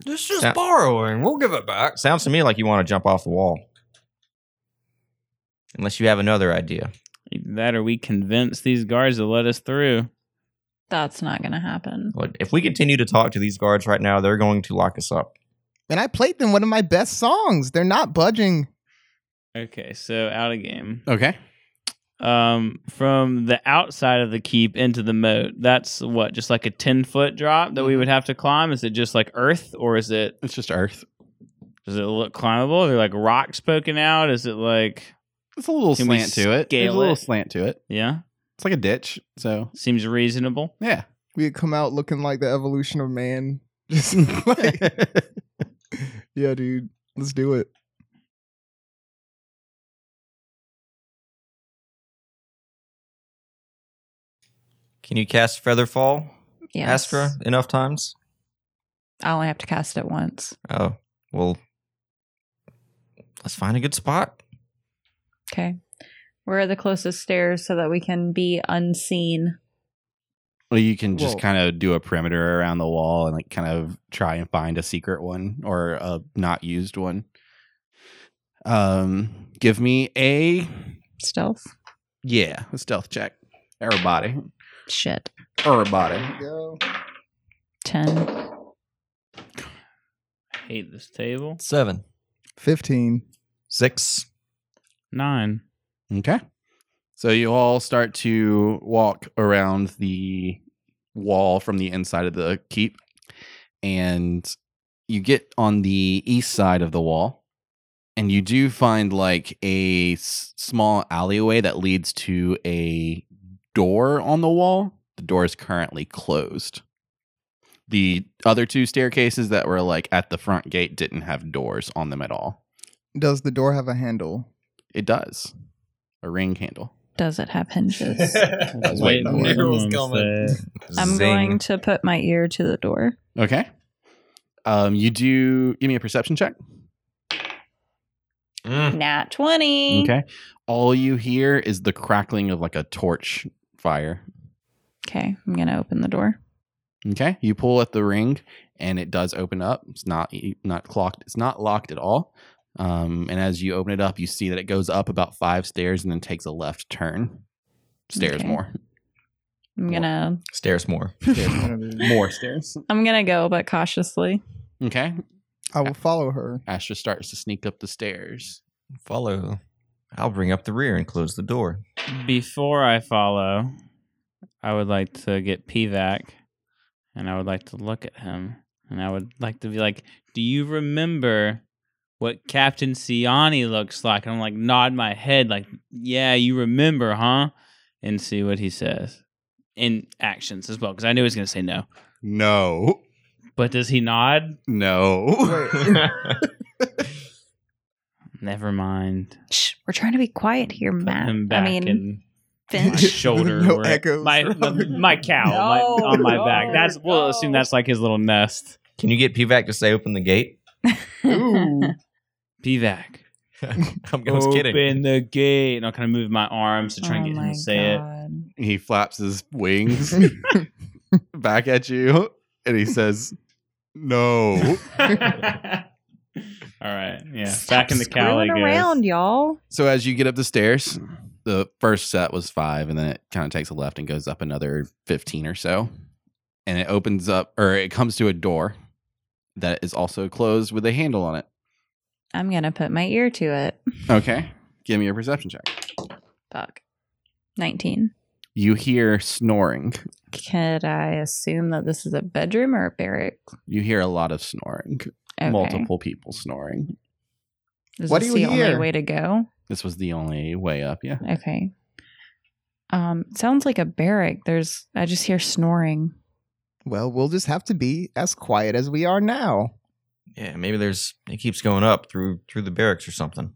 Speaker 4: It's just
Speaker 6: That-
Speaker 4: borrowing. We'll give it back.
Speaker 6: Sounds to me like you want to jump off the wall. Unless you have another idea.
Speaker 5: Either that or we convince these guards to let us through.
Speaker 7: That's not gonna happen.
Speaker 6: Look, if we continue to talk to these guards right now, they're going to lock us up.
Speaker 3: And I played them one of my best songs. They're not budging.
Speaker 5: Okay, so out of game.
Speaker 2: okay
Speaker 5: Um, from the outside of the keep into the moat, that's what, just like a ten foot drop that we would have to climb? Is it just like earth or is it
Speaker 2: Mm-hmm. it's just earth
Speaker 5: Does it look climbable? Are there like rocks poking out? Is it like
Speaker 2: it's a little
Speaker 5: Can we
Speaker 2: slant to it there's
Speaker 5: scale
Speaker 2: a little
Speaker 5: it?
Speaker 2: slant to it
Speaker 5: yeah?
Speaker 2: it's like a ditch so
Speaker 5: Seems reasonable.
Speaker 2: yeah
Speaker 16: We come out looking like the evolution of
Speaker 3: (laughs)
Speaker 16: man. Just like, yeah, dude, let's do it.
Speaker 6: Can you cast Featherfall,
Speaker 7: Yes.
Speaker 6: Astra, enough times?
Speaker 7: I only have to cast it once.
Speaker 6: Oh, well, let's find a good spot.
Speaker 7: Okay. Where are the closest stairs so that we can be unseen?
Speaker 2: well, you can just
Speaker 16: Well-
Speaker 2: kind of do a perimeter around the wall and like kind of try and find a secret one or a not used one um give me a
Speaker 7: Stealth.
Speaker 2: yeah a stealth check everybody
Speaker 7: Shit.
Speaker 2: everybody
Speaker 16: Go.
Speaker 7: Ten.
Speaker 5: I hate this table.
Speaker 4: Seven.
Speaker 16: 15.
Speaker 6: Six.
Speaker 5: Nine.
Speaker 2: Okay. So you all start to walk around the wall from the inside of the keep, and you get on the east side of the wall, and you do find like a s- small alleyway that leads to a door on the wall. The door is currently closed. The other two staircases that were like at the front gate didn't have doors on them at all.
Speaker 3: Does the door have a handle?
Speaker 2: It does. A ring handle.
Speaker 7: Does it have
Speaker 5: (laughs)
Speaker 7: hinges?
Speaker 2: I was waiting for it.
Speaker 7: I'm going to put my ear to the door.
Speaker 2: Okay. Um, you do give me a perception check.
Speaker 7: Nat 20.
Speaker 2: Okay. All you hear is the crackling of like a torch fire.
Speaker 7: Okay. I'm going to open the door.
Speaker 2: Okay. You pull at the ring and it does open up. It's not e, not clocked. It's not locked at all. Um, and as you open it up, you see that it goes up about five stairs and then takes a left turn. Stairs
Speaker 7: Okay.
Speaker 2: more.
Speaker 7: I'm going to
Speaker 6: Stairs more.
Speaker 2: more stairs.
Speaker 7: I'm going to go but cautiously.
Speaker 2: Okay.
Speaker 3: I will follow her.
Speaker 2: Astra starts to sneak up the stairs.
Speaker 6: Follow. I'll bring up the rear and close the door.
Speaker 5: Before I follow, I would like to get PVAC and I would like to look at him. And I would like to be like, Do you remember what Captain Siani looks like? And I'm like, nod my head, like, Yeah, you remember, huh? And see what he says in actions as well, because I knew he was going to say no.
Speaker 2: No.
Speaker 5: But does he nod?
Speaker 2: No. (laughs)
Speaker 5: Never mind.
Speaker 7: Shh, we're trying to be quiet here, Matt.
Speaker 5: him
Speaker 7: I
Speaker 5: back
Speaker 7: mean,
Speaker 5: and my
Speaker 7: (laughs)
Speaker 5: (laughs)
Speaker 7: Finch.
Speaker 5: shoulder,
Speaker 3: No
Speaker 5: where-
Speaker 3: echoes
Speaker 5: my the- my cow my-
Speaker 7: No,
Speaker 5: on my
Speaker 7: no,
Speaker 5: back. That's we'll assume that's like his little nest.
Speaker 6: Can you get PVAC to say open the gate?
Speaker 5: PVAC.
Speaker 6: (laughs) I'm I was
Speaker 5: Open
Speaker 6: kidding.
Speaker 5: the gate. And I'll kind of move my arms to try and
Speaker 7: Oh
Speaker 5: get him
Speaker 7: my
Speaker 5: to say it.
Speaker 7: God.
Speaker 2: he flaps his wings back at you and he says, No.
Speaker 5: (laughs) All right. Yeah.
Speaker 7: Stop
Speaker 5: Back in the cow. I
Speaker 7: screwing
Speaker 5: guess.
Speaker 7: around, y'all.
Speaker 2: So as you get up the stairs, the first set was five, and then it kind of takes a left and goes up another 15 or so. And it opens up, or it comes to a door that is also closed with a handle on it.
Speaker 7: I'm going to put my ear to it.
Speaker 2: Okay. Give me a perception check.
Speaker 7: Fuck. 19.
Speaker 2: You hear snoring.
Speaker 7: Could I assume that this is a bedroom or a barrack?
Speaker 2: You hear a lot of snoring,
Speaker 7: Okay.
Speaker 2: multiple people snoring.
Speaker 7: Is
Speaker 3: What
Speaker 7: this
Speaker 3: do you
Speaker 7: the only
Speaker 3: hear?
Speaker 7: way to go?
Speaker 2: This was the only way up. Yeah.
Speaker 7: Okay. Um, sounds like a barrack. There's I just hear snoring.
Speaker 3: Well, we'll just have to be as quiet as we are now.
Speaker 6: Yeah, maybe there's it keeps going up through through the barracks or something.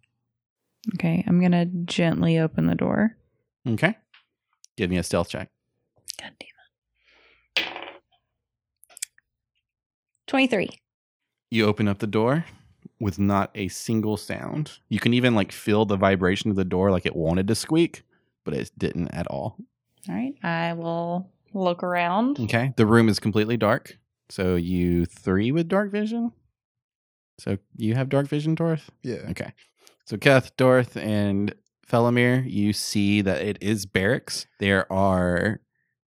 Speaker 7: Okay, I'm gonna gently open the door.
Speaker 2: Okay. Give me a stealth check.
Speaker 7: God damn it. Twenty-three.
Speaker 2: you open up the door with not a single sound. You can even like feel the vibration of the door like it wanted to squeak, but it didn't at all.
Speaker 7: All right. I will look
Speaker 3: Hmm.
Speaker 7: around.
Speaker 2: Okay. The room is completely dark. So you three with dark vision? So you have dark vision, Dorth?
Speaker 10: Yeah.
Speaker 2: Okay. So Keth, Dorth, and Felomir, you see that it is barracks. There are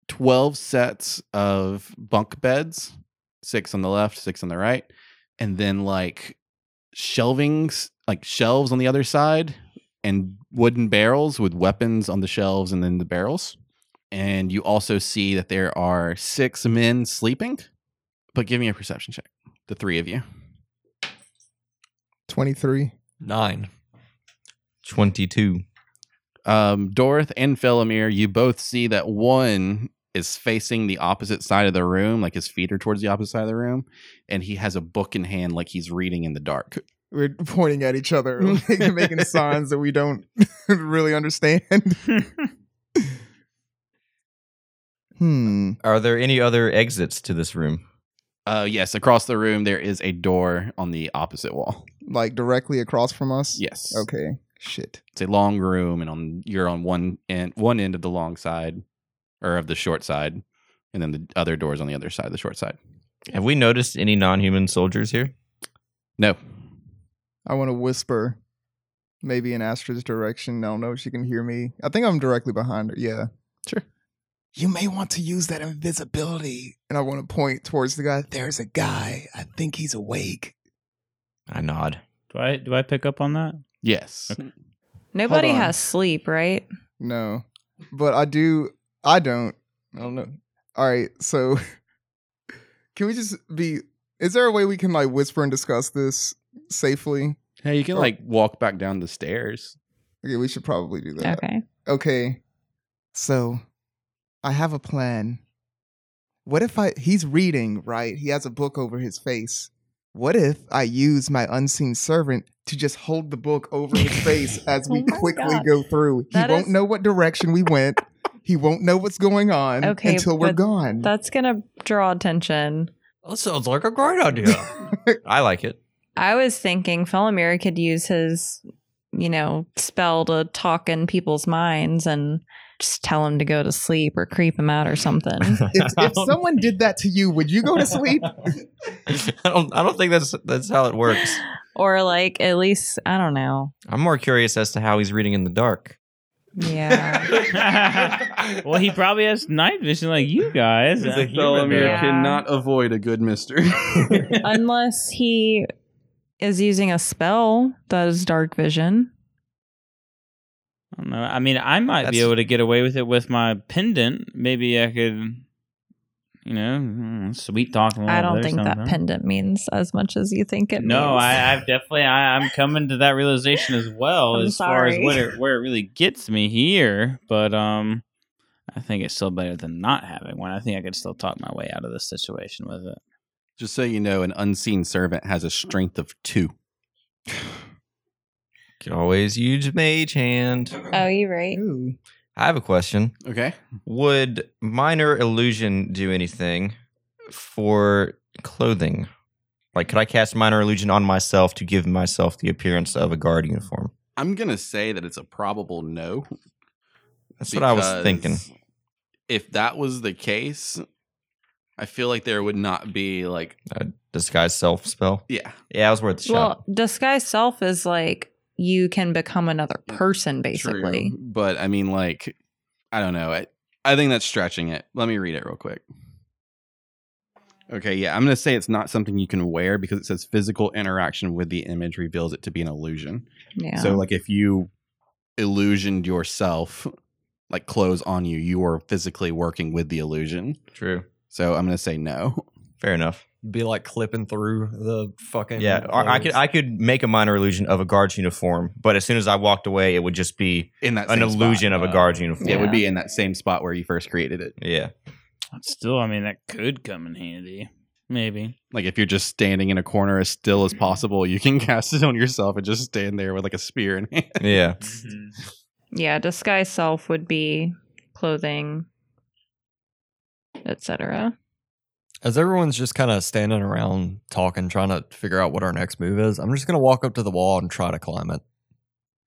Speaker 2: 12 sets of bunk beds, six on the left, six on the right, and then like shelvings, like shelves on the other side, and wooden barrels with weapons on the shelves and then the barrels. And you also see that there are six men sleeping. But give me a perception check, the three of you.
Speaker 3: 23.
Speaker 4: Nine.
Speaker 6: 22.
Speaker 2: um, Dorth and Felomir, you both see that one is facing the opposite side of the room, like his feet are towards the opposite side of the room, and he has a book in hand, like he's reading in the dark.
Speaker 3: We're (laughs) pointing at each other, (laughs) making making signs that we don't (laughs) really understand. hmm.
Speaker 6: Are there any other exits to this room?
Speaker 2: Uh, yes, across the room there is a door on the opposite wall.
Speaker 3: Like directly across from us?
Speaker 2: Yes,
Speaker 3: Okay. Shit.
Speaker 2: it's a long room, and on you're on one end, one end of the long side, or of the short side, and then the other door is on the other side, the short side.
Speaker 6: Have we noticed any non-human soldiers here?
Speaker 2: No,
Speaker 3: I want to whisper, maybe in Astra's direction. I don't know if she can hear me. I think I'm directly behind her. Yeah.
Speaker 2: Sure.
Speaker 3: You may want to use that invisibility. And I want to point towards the guy. There's a guy. I think he's awake.
Speaker 6: I nod.
Speaker 5: (laughs) Do I do I pick up on that?
Speaker 2: yes,
Speaker 7: Nobody
Speaker 3: on.
Speaker 7: has sleep, right?
Speaker 3: No, but I do. I don't. I don't know. All right, so (laughs) can we just be? Is there a way we can like whisper and discuss this safely?
Speaker 2: Hey, you can
Speaker 3: Or-
Speaker 2: like walk back down the stairs.
Speaker 3: Okay, we should probably do that.
Speaker 7: Okay.
Speaker 3: Okay. So, I have a plan. What if I he's reading, right? He has a book over his face. What if I use my unseen servant to just hold the book over his
Speaker 7: (laughs)
Speaker 3: face as we quickly
Speaker 7: Oh God.
Speaker 3: go through?
Speaker 7: That
Speaker 3: he won't
Speaker 7: is-
Speaker 3: know what direction we went. he won't know what's going on
Speaker 7: Okay,
Speaker 3: until we're
Speaker 7: but
Speaker 3: gone.
Speaker 7: That's gonna draw attention.
Speaker 6: That sounds like a great idea. I like (laughs) it.
Speaker 7: I was thinking Felomir could use his, you know, spell to talk in people's minds and just tell him to go to sleep or creep him out or
Speaker 2: (laughs)
Speaker 7: something.
Speaker 3: if,
Speaker 7: (laughs)
Speaker 3: if someone did that to you, would you go to sleep?
Speaker 6: (laughs) I don't. I don't think that's that's how it works.
Speaker 7: or like at least I don't know.
Speaker 6: I'm more curious as to how he's reading in the dark.
Speaker 2: (laughs)
Speaker 7: Yeah.
Speaker 5: well, he probably has night vision like you guys.
Speaker 2: The
Speaker 5: Uh, so,
Speaker 2: Thelomir
Speaker 7: Yeah.
Speaker 2: cannot avoid a good (laughs) mystery.
Speaker 7: Unless he is using a spell that is dark vision.
Speaker 5: I don't know. I mean, I might be
Speaker 6: That's-
Speaker 5: able to get away with it with my pendant. Maybe I could, you know, mm, sweet talk. him a
Speaker 7: I
Speaker 5: little
Speaker 7: don't
Speaker 5: bit or
Speaker 7: think that
Speaker 5: something.
Speaker 7: pendant means as much as you think it
Speaker 5: No,
Speaker 7: means.
Speaker 5: I, I've definitely I, I'm coming to that realization as well
Speaker 7: I'm
Speaker 5: as far as
Speaker 7: sorry.
Speaker 5: what it, where it really gets me here. But um, I think it's still better than not having one. I think I could still talk my way out of this situation with it.
Speaker 2: Just so you know, an unseen servant has a strength of two.
Speaker 6: Can always use mage hand.
Speaker 7: Oh, you're right.
Speaker 3: Ooh.
Speaker 6: I have a question.
Speaker 2: Okay.
Speaker 6: Would minor illusion do anything for clothing? Like, could I cast minor illusion on myself to give myself the appearance of a guard uniform?
Speaker 2: I'm gonna say that it's a probable no.
Speaker 6: That's what I was
Speaker 2: because
Speaker 6: thinking.
Speaker 2: If that was the case, I feel like there would not be like
Speaker 6: Disguise self spell.
Speaker 2: yeah.
Speaker 6: Yeah, I was worth the shot.
Speaker 7: Well, disguise self is like you can become another person basically.
Speaker 2: True. But I mean, like, I don't know. I, I think that's stretching it. Let me read it real quick. Okay, yeah, I'm going to say it's not something you can wear because it says physical interaction with the image reveals it to be an illusion.
Speaker 7: Yeah.
Speaker 2: So, like, if you illusioned yourself, like clothes on you, you are physically working with the illusion.
Speaker 6: True.
Speaker 2: So, I'm going to say no.
Speaker 6: Fair enough.
Speaker 4: Be like clipping through the fucking.
Speaker 6: Yeah, or I could
Speaker 4: walls.
Speaker 6: I could make a minor illusion of a guard's uniform, but as soon as I walked away, it would just be
Speaker 2: In that
Speaker 6: an
Speaker 2: same spot.
Speaker 6: illusion of a
Speaker 2: Uh,
Speaker 6: guard's uniform.
Speaker 2: Yeah, it would be in that same spot where you first created it.
Speaker 6: Yeah.
Speaker 5: Still, I mean, that could come in handy. Maybe.
Speaker 2: Like if you're just standing in a corner as still as possible, you can (laughs) cast it on yourself and just stand there with like a spear in (laughs) hand.
Speaker 6: Yeah.
Speaker 5: (laughs)
Speaker 7: Yeah, disguise self would be clothing, etc.
Speaker 4: As everyone's just kind of standing around talking, trying to figure out what our next move is, I'm just gonna walk up to the wall and try to climb it.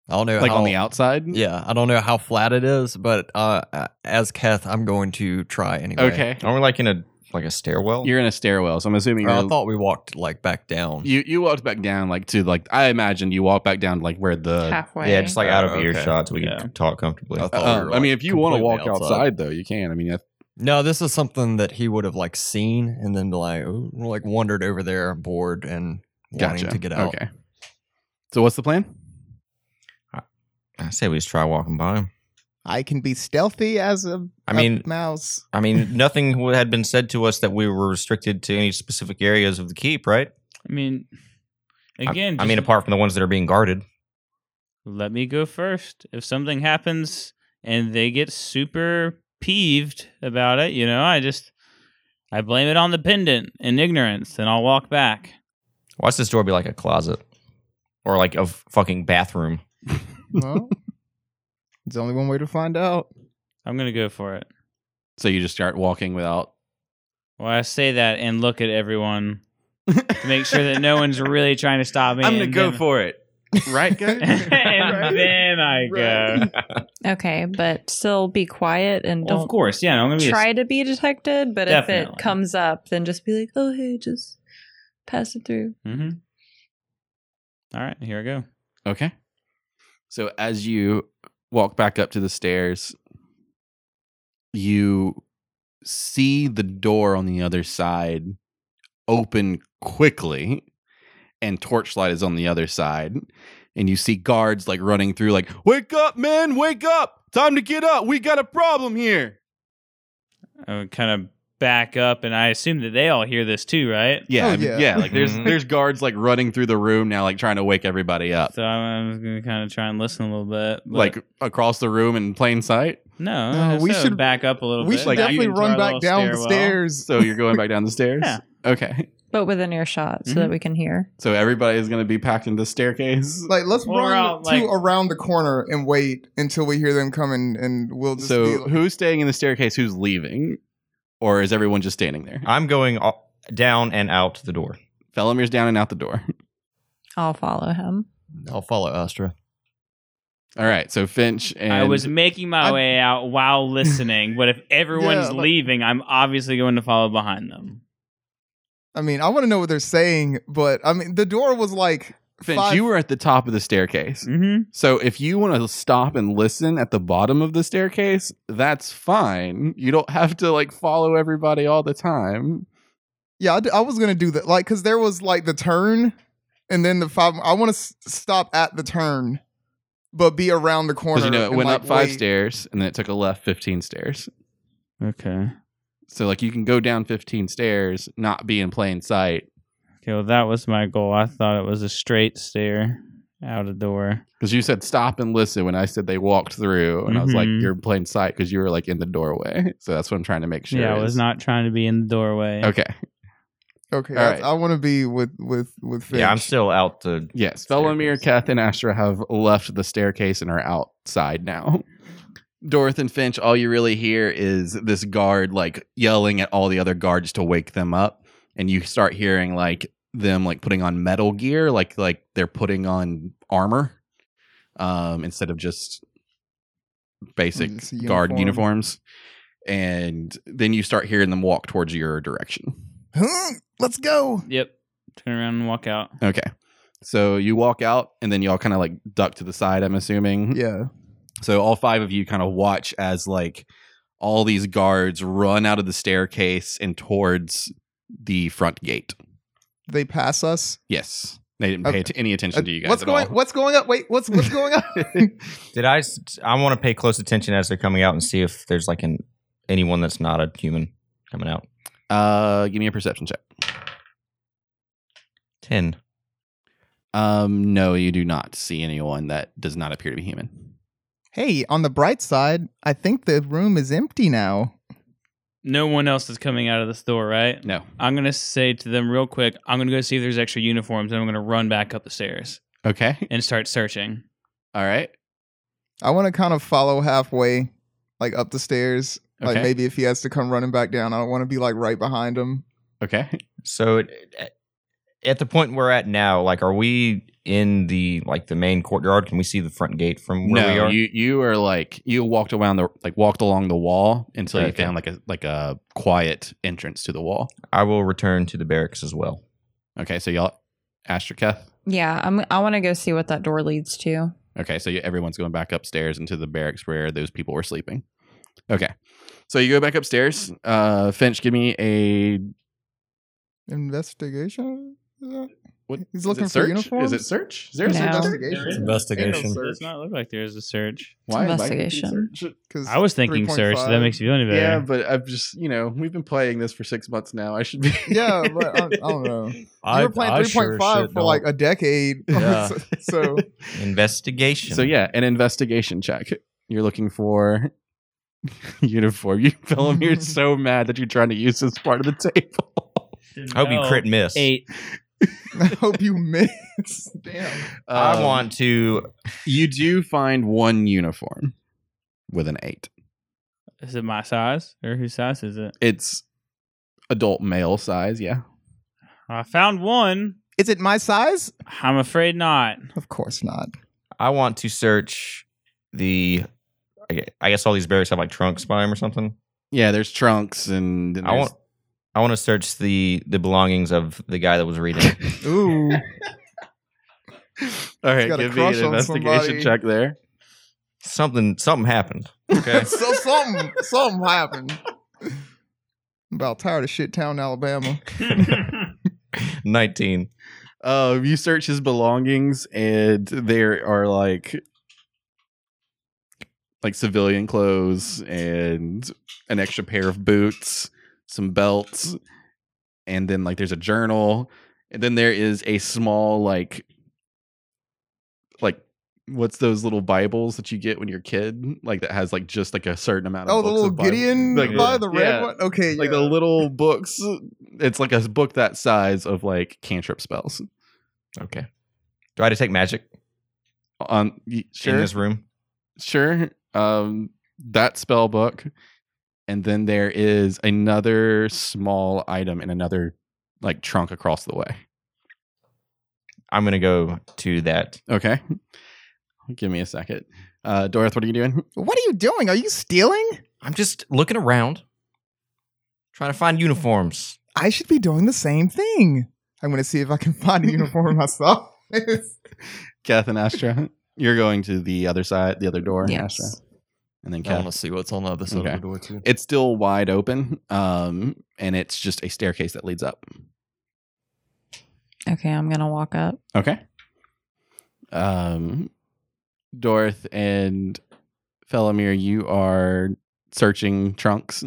Speaker 4: I don't know,
Speaker 2: Like on
Speaker 4: how- Mm,
Speaker 2: the outside.
Speaker 4: Oh. Yeah, I don't know how flat it is, but uh, uh, as Keth, I'm going to try anyway.
Speaker 2: Okay.
Speaker 6: Aren't we like in a like a stairwell?
Speaker 2: You're in a stairwell, so I'm assuming
Speaker 4: Or I
Speaker 2: you're,
Speaker 4: thought we walked like back down.
Speaker 2: you you walked back down like to like I imagine you walked back down like where the.
Speaker 7: Halfway.
Speaker 6: Yeah, just like out of
Speaker 4: Oh, okay.
Speaker 6: earshot, so we
Speaker 5: Yeah.
Speaker 6: can talk comfortably.
Speaker 4: I thought we
Speaker 2: Um,
Speaker 4: were,
Speaker 2: I mean,
Speaker 4: like,
Speaker 2: if you want to walk
Speaker 4: completely
Speaker 2: outside. though, you can. I mean, I-
Speaker 4: No, this is something that he would have like seen and then like oh, like wandered over there bored and
Speaker 2: gotcha.
Speaker 4: wanting to get out.
Speaker 2: Okay. So what's the plan?
Speaker 6: I say we just try walking by him.
Speaker 3: I can be stealthy as a
Speaker 6: I
Speaker 3: a
Speaker 6: mean-
Speaker 3: mouse.
Speaker 5: (laughs)
Speaker 6: I mean, nothing wa- had been said to us that we were restricted to any specific areas of the keep, right?
Speaker 5: I mean,
Speaker 6: I-
Speaker 5: again,
Speaker 6: I mean,
Speaker 5: just
Speaker 6: apart from the ones that are being guarded.
Speaker 5: let me go first. If something happens and they get super peeved about it, you know, I just I blame it on the pendant and ignorance, and I'll walk back.
Speaker 6: Watch this door be like a closet or like a f- fucking bathroom.
Speaker 3: Well, there's only one way to find out.
Speaker 5: I'm gonna go for it.
Speaker 2: So you just start walking without.
Speaker 5: Well, I say that and look at everyone to make sure
Speaker 2: (laughs)
Speaker 5: that no one's really trying to stop me.
Speaker 2: I'm gonna
Speaker 5: and
Speaker 2: go
Speaker 5: then-
Speaker 2: for it.
Speaker 5: (laughs)
Speaker 2: Right, guys.
Speaker 5: and then I go.
Speaker 7: Okay, but still be quiet and
Speaker 5: Well,
Speaker 7: don't
Speaker 5: of course, yeah. No, I'm gonna be a-
Speaker 7: try to be detected. But if
Speaker 5: Definitely.
Speaker 7: it comes up, then just be like, "Oh, hey, just pass it through."
Speaker 5: Mhm. All right, here I go.
Speaker 2: Okay. So as you walk back up to the stairs, you see the door on the other side open quickly, and torchlight is on the other side. And you see guards like running through, like, wake up, men, wake up. Time to get up. We got a problem here.
Speaker 5: I would uh, kind of back up, and I assume that they all hear this too, right?
Speaker 2: Yeah, I mean, yeah. Like there's there's guards like running through the room now, like trying to wake everybody up,
Speaker 5: so I'm, I'm gonna kind of try and listen a little bit. but-
Speaker 2: like across the room in plain sight.
Speaker 5: no, we should back up a little.
Speaker 10: we
Speaker 5: bit.
Speaker 10: uh, should definitely
Speaker 5: into
Speaker 10: run
Speaker 5: our
Speaker 10: back
Speaker 5: little
Speaker 10: down the
Speaker 5: stairwell.
Speaker 10: stairs.
Speaker 2: So you're going back down the stairs.
Speaker 5: (laughs) Yeah.
Speaker 2: Okay.
Speaker 7: but within earshot so that we can hear.
Speaker 2: So everybody is going to be packed in the
Speaker 3: (laughs)
Speaker 2: staircase.
Speaker 3: Like, let's
Speaker 5: Or
Speaker 3: run
Speaker 5: out,
Speaker 3: to
Speaker 5: like-
Speaker 3: around the corner and wait until we hear them coming, and we'll just be
Speaker 2: So
Speaker 3: like,
Speaker 2: who's staying in the staircase? Who's leaving? Or is everyone just standing there?
Speaker 6: I'm going all, down and out the door.
Speaker 2: Felomir's down and out the door. (laughs)
Speaker 7: I'll follow him.
Speaker 4: I'll follow Astra.
Speaker 2: All right. So Finch and
Speaker 5: I was making my
Speaker 10: I-
Speaker 5: way out while listening, but if everyone's
Speaker 10: Yeah, like-
Speaker 5: leaving, I'm obviously going to follow behind them.
Speaker 3: I mean, I want to know what they're saying, but I mean, the door was like
Speaker 2: Finch,
Speaker 3: five-
Speaker 2: you were at the top of the staircase.
Speaker 5: Mm-hmm.
Speaker 2: So if you want to stop and listen at the bottom of the staircase, that's fine. You don't have to like follow everybody all the time.
Speaker 3: Yeah, I, d- I was gonna do that, like, cause there was like the turn, and then the five. I want to s- stop at the turn, but be around the corner.
Speaker 2: Because you know it
Speaker 3: and,
Speaker 2: went
Speaker 3: like,
Speaker 2: up five
Speaker 3: wait.
Speaker 2: stairs and then it took a left fifteen stairs.
Speaker 5: Okay.
Speaker 2: So like you can go down fifteen stairs, not be in plain sight.
Speaker 5: Okay. Well, that was my goal. I thought it was a straight stair out a door.
Speaker 2: Because you said stop and listen when I said they walked through, and I was like,
Speaker 5: Mhm.
Speaker 2: "You're in plain sight" because you were like in the doorway. (laughs) So that's what I'm trying to make sure.
Speaker 5: yeah, I was
Speaker 2: is-
Speaker 5: not trying to be in the doorway.
Speaker 2: Okay.
Speaker 3: Okay,
Speaker 2: All
Speaker 3: I,
Speaker 2: right.
Speaker 3: I want to be with with with. Finch.
Speaker 6: Yeah, I'm still out the.
Speaker 2: Yes, Felomir, Keth, and Astra have left the staircase and are outside (laughs) now. Dorth and Finch, all you really hear is this guard like yelling at all the other guards to wake them up, and you start hearing like them like putting on metal gear, like like they're putting on armor, um, instead of just basic
Speaker 3: Just
Speaker 2: guard
Speaker 3: uniform.
Speaker 2: uniforms. And then you start hearing them walk towards your direction.
Speaker 3: Huh? Let's go.
Speaker 5: Yep. Turn around and walk out.
Speaker 2: Okay. So you walk out and then y'all kind of like duck to the side, I'm assuming.
Speaker 3: Yeah.
Speaker 2: So all five of you kind of watch as like all these guards run out of the staircase and towards the front gate.
Speaker 3: They pass us.
Speaker 2: Yes. They didn't pay
Speaker 3: Okay. Uh,
Speaker 2: att- any attention to you guys.
Speaker 3: what's
Speaker 2: at
Speaker 3: going?
Speaker 2: all.
Speaker 3: What's going up? Wait, what's what's
Speaker 2: (laughs)
Speaker 3: going up?
Speaker 6: Did I? s- I want to pay close attention as they're coming out and see if there's like an anyone that's not a human coming out.
Speaker 2: Uh give me a perception check.
Speaker 6: Ten.
Speaker 2: Um no, you do not see anyone that does not appear to be human.
Speaker 3: hey, on the bright side, I think the room is empty now.
Speaker 5: No one else is coming out of this door, right?
Speaker 2: No.
Speaker 5: I'm gonna say to them real quick. I'm gonna go see if there's extra uniforms, and I'm gonna run back up the stairs
Speaker 2: Okay.
Speaker 5: and start searching.
Speaker 2: All right.
Speaker 3: I want to kind of follow halfway, like up the stairs. Like
Speaker 2: Okay.
Speaker 3: maybe if he has to come running back down, I don't want to be like right behind him.
Speaker 2: Okay.
Speaker 6: So it, at- at the point we're at now, like, are we in the like the main courtyard? Can we see the front gate from where we
Speaker 2: no,
Speaker 6: are?
Speaker 2: you you are like you walked around the like walked along the wall until you
Speaker 6: Okay.
Speaker 2: found like a like a quiet entrance to the wall.
Speaker 6: I will return to the barracks as well.
Speaker 2: Okay, so y'all Astraketh.
Speaker 7: Yeah, I'm. I want to go see what that door leads to.
Speaker 2: Okay, so you, everyone's going back upstairs into the barracks where those people were sleeping. Okay, so you go back upstairs. Uh, Finch, give me a
Speaker 3: Investigation. Yeah.
Speaker 2: what?
Speaker 3: He's
Speaker 2: is
Speaker 3: looking
Speaker 2: it
Speaker 3: for
Speaker 2: search?
Speaker 3: uniforms?
Speaker 2: Is it search? Is there a
Speaker 7: No.
Speaker 2: search?
Speaker 3: Investigation.
Speaker 4: Investigation.
Speaker 5: It does not look like there is a search.
Speaker 2: Why am I thinking
Speaker 7: Investigation.
Speaker 2: search?
Speaker 3: 'Cause
Speaker 5: I was thinking search. so
Speaker 3: 3.5.
Speaker 5: That makes you feel any better.
Speaker 2: Yeah, but I've just you know we've been playing this for six months now. I should be
Speaker 3: (laughs) yeah, but I, I don't
Speaker 4: (laughs)
Speaker 3: know. You
Speaker 4: I
Speaker 3: were playing
Speaker 4: I
Speaker 3: three point five
Speaker 4: sure
Speaker 3: for
Speaker 4: shit don't.
Speaker 3: like a decade. (laughs)
Speaker 4: Yeah.
Speaker 3: so, so
Speaker 6: Investigation.
Speaker 2: So yeah, an investigation check. You're looking for (laughs) uniform. You (laughs) film you're so mad that you're trying to use this part of the table.
Speaker 6: I hope you crit miss.
Speaker 5: Eight.
Speaker 3: I hope you
Speaker 4: (laughs)
Speaker 3: miss. Damn.
Speaker 6: I
Speaker 2: Um,
Speaker 6: want to.
Speaker 2: you do find one uniform with an eight.
Speaker 5: Is it my size or whose size is it?
Speaker 2: It's adult male size, yeah.
Speaker 5: I found one.
Speaker 3: Is it my size?
Speaker 5: I'm
Speaker 2: (laughs)
Speaker 5: afraid not.
Speaker 3: Of course not.
Speaker 6: I want to search the. I gue- I guess all these barracks have like trunks by them or something.
Speaker 2: Yeah, there's trunks and, and
Speaker 6: I
Speaker 2: there's-
Speaker 6: want. I want to search the the belongings of the guy that was reading.
Speaker 2: (laughs)
Speaker 4: (laughs)
Speaker 3: Ooh.
Speaker 2: All right,
Speaker 3: He's got a
Speaker 2: give me an
Speaker 3: crush on
Speaker 2: investigation
Speaker 3: somebody.
Speaker 2: check there.
Speaker 6: something something happened.
Speaker 2: (laughs)
Speaker 6: Okay.
Speaker 3: so something something happened. I'm about tired of shit town Alabama.
Speaker 6: Nineteen.
Speaker 2: Uh, you search his belongings, and there are like like civilian clothes and an extra pair of boots, some belts, and then like there's a journal, and then there is a small like like what's those little Bibles that you get when you're a kid? Like that has like just like a certain amount
Speaker 17: Oh,
Speaker 2: of
Speaker 17: the
Speaker 2: books
Speaker 17: little
Speaker 2: of Bible-
Speaker 17: Gideon
Speaker 2: (laughs) like,
Speaker 17: by the red
Speaker 2: yeah,
Speaker 17: one. Okay,
Speaker 2: Like
Speaker 17: yeah.
Speaker 2: the little books. It's like a book that size of like cantrip spells.
Speaker 6: Okay. Do I have to take magic
Speaker 2: on y- sure.
Speaker 6: in this room?
Speaker 2: Sure. Um, that spell book, and then there is another small item in another like trunk across the way.
Speaker 6: I'm gonna go to that.
Speaker 2: Okay. Give me a second. Uh, Dorothy, what are you doing? (laughs)
Speaker 3: What are you doing? Are you stealing?
Speaker 6: I'm just looking around, trying to find uniforms.
Speaker 3: I should be doing the same thing. I'm going to see if I can (laughs) find a uniform myself. (laughs)
Speaker 2: Kath and Astra, you're going to the other side, the other door.
Speaker 7: Yes.
Speaker 2: Astra. And then
Speaker 4: I
Speaker 2: Kath.
Speaker 4: want to see what's on the other side
Speaker 2: Okay.
Speaker 4: of the door too.
Speaker 2: It's still wide open, um, and it's just a staircase that leads up.
Speaker 7: Okay, I'm gonna walk up.
Speaker 2: Okay. Um, Dorth and Felomir, you are searching trunks.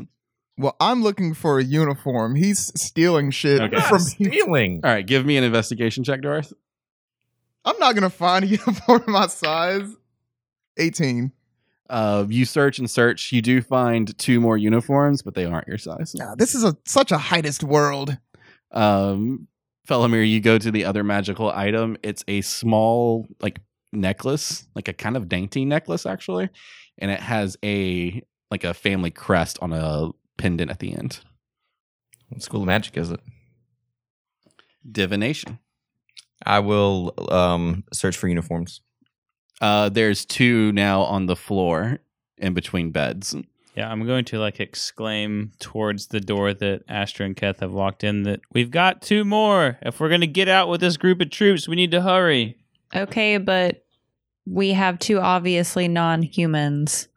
Speaker 3: well, I'm looking for a uniform. He's stealing shit
Speaker 2: Okay.
Speaker 3: from me.
Speaker 6: Stealing.
Speaker 2: All right, give me an investigation check, Dorth.
Speaker 3: I'm not going to find a (laughs) uniform my size. 18.
Speaker 2: Uh, you search and search. You do find two more uniforms, but they aren't your size.
Speaker 3: Nah, this is a such a heightist world.
Speaker 2: Um, Felomir, you go to the other magical item. It's a small, like necklace, like a kind of dainty necklace, actually, and it has a like a family crest on a pendant at the end.
Speaker 6: What school of magic is it?
Speaker 2: Divination.
Speaker 6: I will um, search for uniforms.
Speaker 2: Uh, there's two now on the floor in between beds.
Speaker 5: Yeah, I'm going to like exclaim towards the door that Astra and Keth have walked in that we've got two more. If we're going to get out with this group of troops, we need to hurry.
Speaker 7: Okay, but we have two obviously non humans,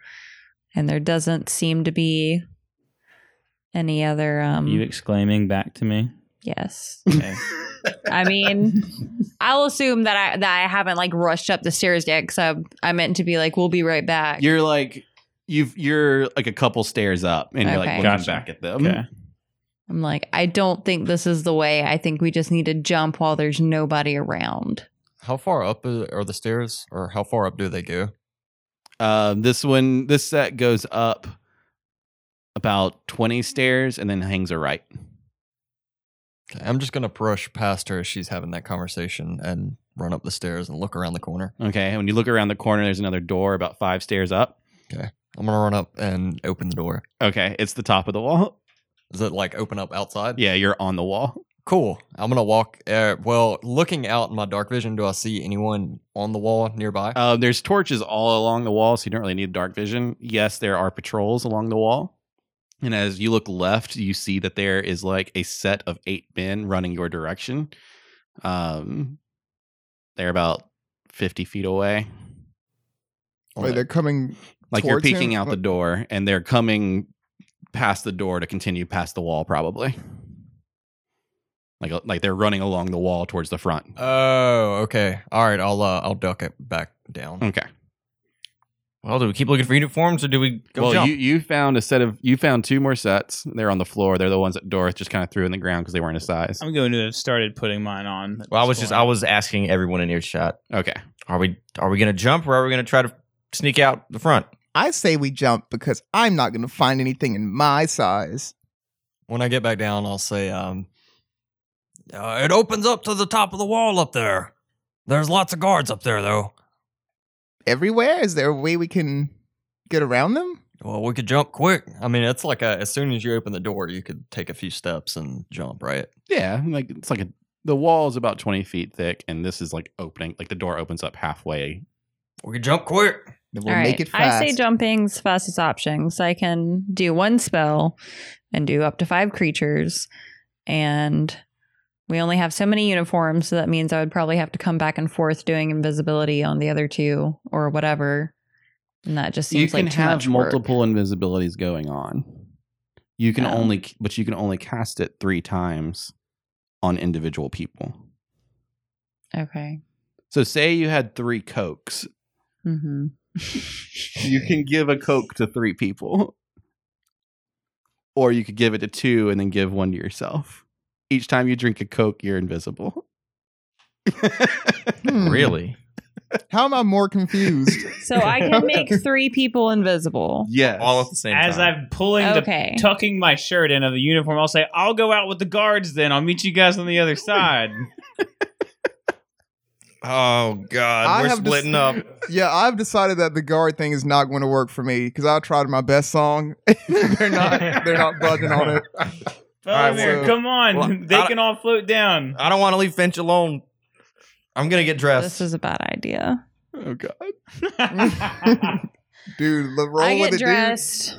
Speaker 7: and there doesn't seem to be any other. Um,
Speaker 5: you exclaiming back to me?
Speaker 7: yes.
Speaker 5: Okay.
Speaker 7: (laughs) I mean, I'll assume that I that I haven't like rushed up the stairs yet because I I meant to be like we'll be right back.
Speaker 2: You're like you've you're like a couple stairs up, and you're like
Speaker 7: Okay.
Speaker 2: looking
Speaker 5: Gotcha.
Speaker 2: back at them.
Speaker 5: okay.
Speaker 7: I'm like I don't think this is the way. I think we just need to jump while there's nobody around.
Speaker 4: How far up is- are the stairs, or how far up do they go?
Speaker 2: Um, this one, this set goes up about 20 stairs and then hangs a right.
Speaker 4: Okay, I'm just gonna brush past her as she's having that conversation and run up the stairs and look around the corner.
Speaker 2: Okay. And when you look around the corner, there's another door about five stairs up.
Speaker 4: I'm gonna run up and open the door.
Speaker 2: Okay. It's the top of the wall.
Speaker 4: Is it like open up outside?
Speaker 2: Yeah. You're on the wall.
Speaker 4: Cool. I'm gonna walk. Uh, well, looking out in my dark vision, do I see anyone on the wall nearby?
Speaker 2: Uh, there's torches all along the wall, so you don't really need dark vision. Yes, there are patrols along the wall. And as you look left, you see that there is like a set of eight men running your direction. Um, they're about 50 feet away.
Speaker 4: On
Speaker 3: Wait,
Speaker 4: the-
Speaker 3: they're coming.
Speaker 2: Like you're
Speaker 3: towards him?
Speaker 2: peeking out the door, and they're coming past the door to continue past the wall, probably. Like, uh, like they're running along the wall towards the front.
Speaker 4: oh, okay. All right. I'll uh, I'll duck it back down.
Speaker 2: Okay.
Speaker 6: Well, do we keep looking for uniforms or do we go
Speaker 2: well,
Speaker 6: jump?
Speaker 2: you you found a set of you found two more sets. They're on the floor. They're the ones that Dorothy just kind of threw in the ground because they weren't his size.
Speaker 5: I'm going to have started putting mine on. at
Speaker 6: well, I
Speaker 5: this
Speaker 6: was just
Speaker 5: point.
Speaker 6: I was asking everyone in earshot.
Speaker 2: Okay.
Speaker 6: Are we are we gonna jump or are we gonna try to sneak out the front?
Speaker 3: I say we jump because I'm not going to find anything in my size.
Speaker 4: When I get back down, I'll say, um, uh, it opens up to the top of the wall up there. There's lots of guards up there, though.
Speaker 3: Everywhere? Is there a way we can get around them?
Speaker 4: Well, we could jump quick. I mean, it's like a, as soon as you open the door, you could take a few steps and jump, right?
Speaker 2: Yeah, like it's like a the wall is about twenty feet thick, and this is like opening like the door opens up halfway.
Speaker 4: We could jump quick.
Speaker 3: Then we'll
Speaker 7: All
Speaker 3: make
Speaker 7: right.
Speaker 3: it fast.
Speaker 7: I say jumping's fastest option. So I can do one spell and do up to five creatures. And we only have so many uniforms. So that means I would probably have to come back and forth doing invisibility on the other two or whatever. And that just
Speaker 2: you
Speaker 7: seems
Speaker 2: can
Speaker 7: like too
Speaker 2: have
Speaker 7: much work.
Speaker 2: multiple invisibilities going on. You can
Speaker 7: Oh.
Speaker 2: only but you can only cast it three times on individual people.
Speaker 7: Okay.
Speaker 2: So say you had three cokes,
Speaker 7: Mm-hmm.
Speaker 2: you can give a coke to three people or you could give it to two and then give one to yourself each time you drink a coke you're invisible
Speaker 3: (laughs) Hmm.
Speaker 6: Really?
Speaker 3: How am I more confused?
Speaker 2: (laughs)
Speaker 7: So I can make three people invisible.
Speaker 2: yes
Speaker 6: All at the same
Speaker 5: As
Speaker 6: time.
Speaker 5: I'm pulling
Speaker 7: Okay.
Speaker 5: the tucking my shirt into the uniform, I'll say, "I'll go out with the guards. Then I'll meet you guys on the other
Speaker 6: (laughs)
Speaker 5: side."
Speaker 6: oh God,
Speaker 3: I
Speaker 6: we're
Speaker 3: have dis-
Speaker 6: splitting up.
Speaker 3: yeah, I've decided that the guard thing is not going to work for me because I tried my best song. (laughs) they're not. They're not budging on it.
Speaker 5: Felomir,
Speaker 6: well-
Speaker 5: come on!
Speaker 6: well,
Speaker 5: they
Speaker 6: I-
Speaker 5: can all float
Speaker 6: (laughs)
Speaker 5: down.
Speaker 6: I don't want to leave Finch alone. I'm gonna get dressed.
Speaker 7: This is a bad idea.
Speaker 2: oh god
Speaker 3: Dude, le- roll
Speaker 7: I
Speaker 3: with
Speaker 7: get
Speaker 3: it,
Speaker 7: dressed.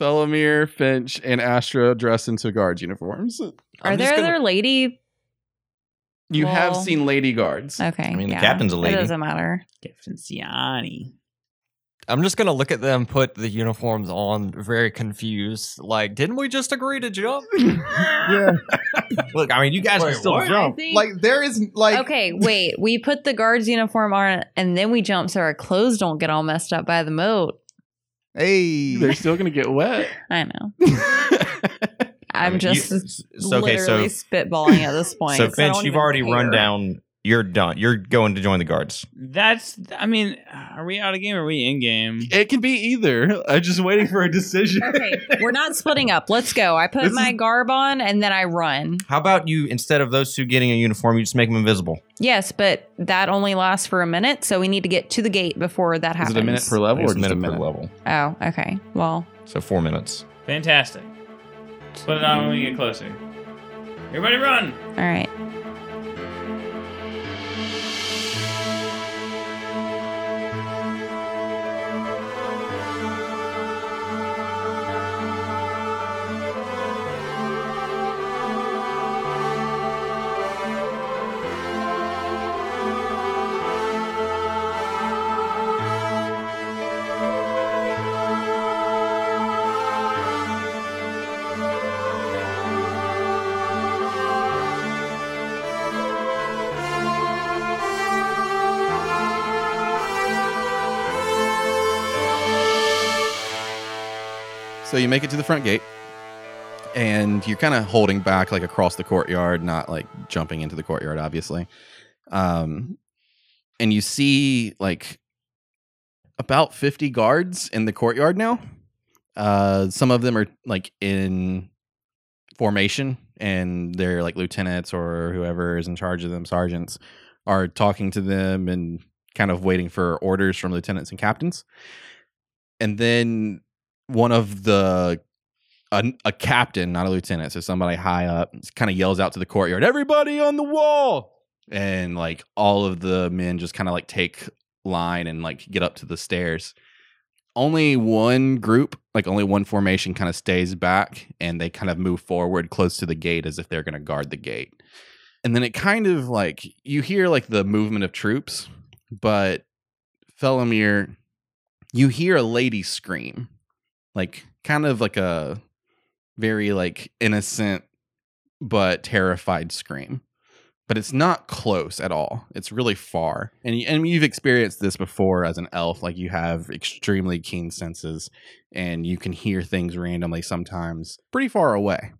Speaker 2: Thelomir, Finch, and Astra dress into guard uniforms.
Speaker 7: Are
Speaker 6: I'm
Speaker 7: there
Speaker 6: just gonna-
Speaker 7: other lady?
Speaker 2: You have
Speaker 7: Well-
Speaker 2: seen lady guards.
Speaker 7: Okay.
Speaker 6: I mean, the
Speaker 7: yeah.
Speaker 6: captain's a lady.
Speaker 7: It doesn't matter.
Speaker 5: Captain Siani.
Speaker 4: I'm just gonna look at them put the uniforms on, very confused. Like, didn't we just agree to jump?
Speaker 3: dude. Yeah.
Speaker 6: Look, I mean, you guys
Speaker 4: Wait,
Speaker 6: can still
Speaker 4: what?
Speaker 6: jump.
Speaker 7: think-
Speaker 3: Like there is like
Speaker 7: okay, wait. We put the guard's uniform on and then we jump so our clothes don't get all messed up by the moat.
Speaker 3: hey.
Speaker 2: They're still gonna get (laughs) wet.
Speaker 7: I know.
Speaker 6: I
Speaker 7: I'm
Speaker 6: mean, you-
Speaker 7: just
Speaker 6: so- okay,
Speaker 7: literally
Speaker 6: so
Speaker 7: spitballing at
Speaker 6: (laughs)
Speaker 7: this point.
Speaker 6: so
Speaker 7: 'cause I don't
Speaker 6: Finch, you've
Speaker 7: even
Speaker 6: already run
Speaker 7: care.
Speaker 6: down. You're done. You're going to join the guards.
Speaker 5: That's. I mean, are we out of game? or Are we in game?
Speaker 2: It can be either. I'm just waiting for a decision.
Speaker 7: Okay, we're not splitting up. Let's go. I put
Speaker 2: This
Speaker 7: my garb on and then I run.
Speaker 6: How about you instead of those two getting a uniform, you just make them invisible?
Speaker 7: Yes, but that only lasts for a minute, so we need to get to the gate before
Speaker 2: Is
Speaker 7: that happens.
Speaker 2: it a minute per level or
Speaker 6: It's
Speaker 2: just a minute?
Speaker 6: per level.
Speaker 7: Oh, okay. Well,
Speaker 6: So four minutes.
Speaker 5: Fantastic. Put it on when we get closer. Everybody, run!
Speaker 7: all right.
Speaker 2: So you make it to the front gate, and you're kind of holding back, like across the courtyard, not like jumping into the courtyard, obviously. Um, and you see like about 50 guards in the courtyard now. Uh, some of them are like in formation, and they're like lieutenants or whoever is in charge of them, sergeants, are talking to them and kind of waiting for orders from lieutenants and captains. And then one of the a, a captain, not a lieutenant, so somebody high up, kind of yells out to the courtyard, "Everybody on the wall!" And like all of the men just kind of like take line and like get up to the stairs. Only one group, like only one formation, kind of stays back and they kind of move forward close to the gate as if they're going to guard the gate. And then it kind of like you hear like the movement of troops, but Felomir, you hear a lady scream like kind of like a very like innocent but terrified scream but it's not close at all it's really far and, y- and you've experienced this before as an elf like you have extremely keen senses and you can hear things randomly sometimes pretty far away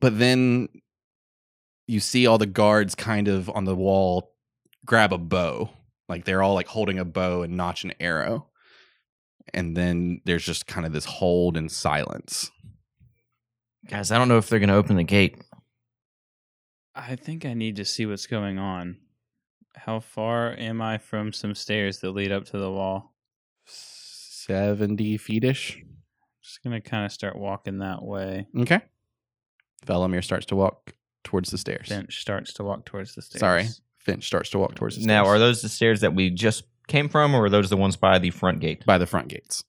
Speaker 2: but then you see all the guards kind of on the wall grab a bow like they're all like holding a bow and notch an arrow and then there's just kind of this hold and silence.
Speaker 6: Guys, I don't know if they're gonna open the gate.
Speaker 5: I think I need to see what's going on. How far am I from some stairs that lead up to the wall?
Speaker 2: 70 feetish.
Speaker 5: Just gonna kind of start walking that way.
Speaker 2: Okay. Felomir starts to walk towards the stairs.
Speaker 5: Finch starts to walk towards the stairs.
Speaker 2: Sorry. Finch starts to walk towards the stairs.
Speaker 6: Now, are those the stairs that we just came from, or are those the ones by the front gate?
Speaker 2: by the front gates?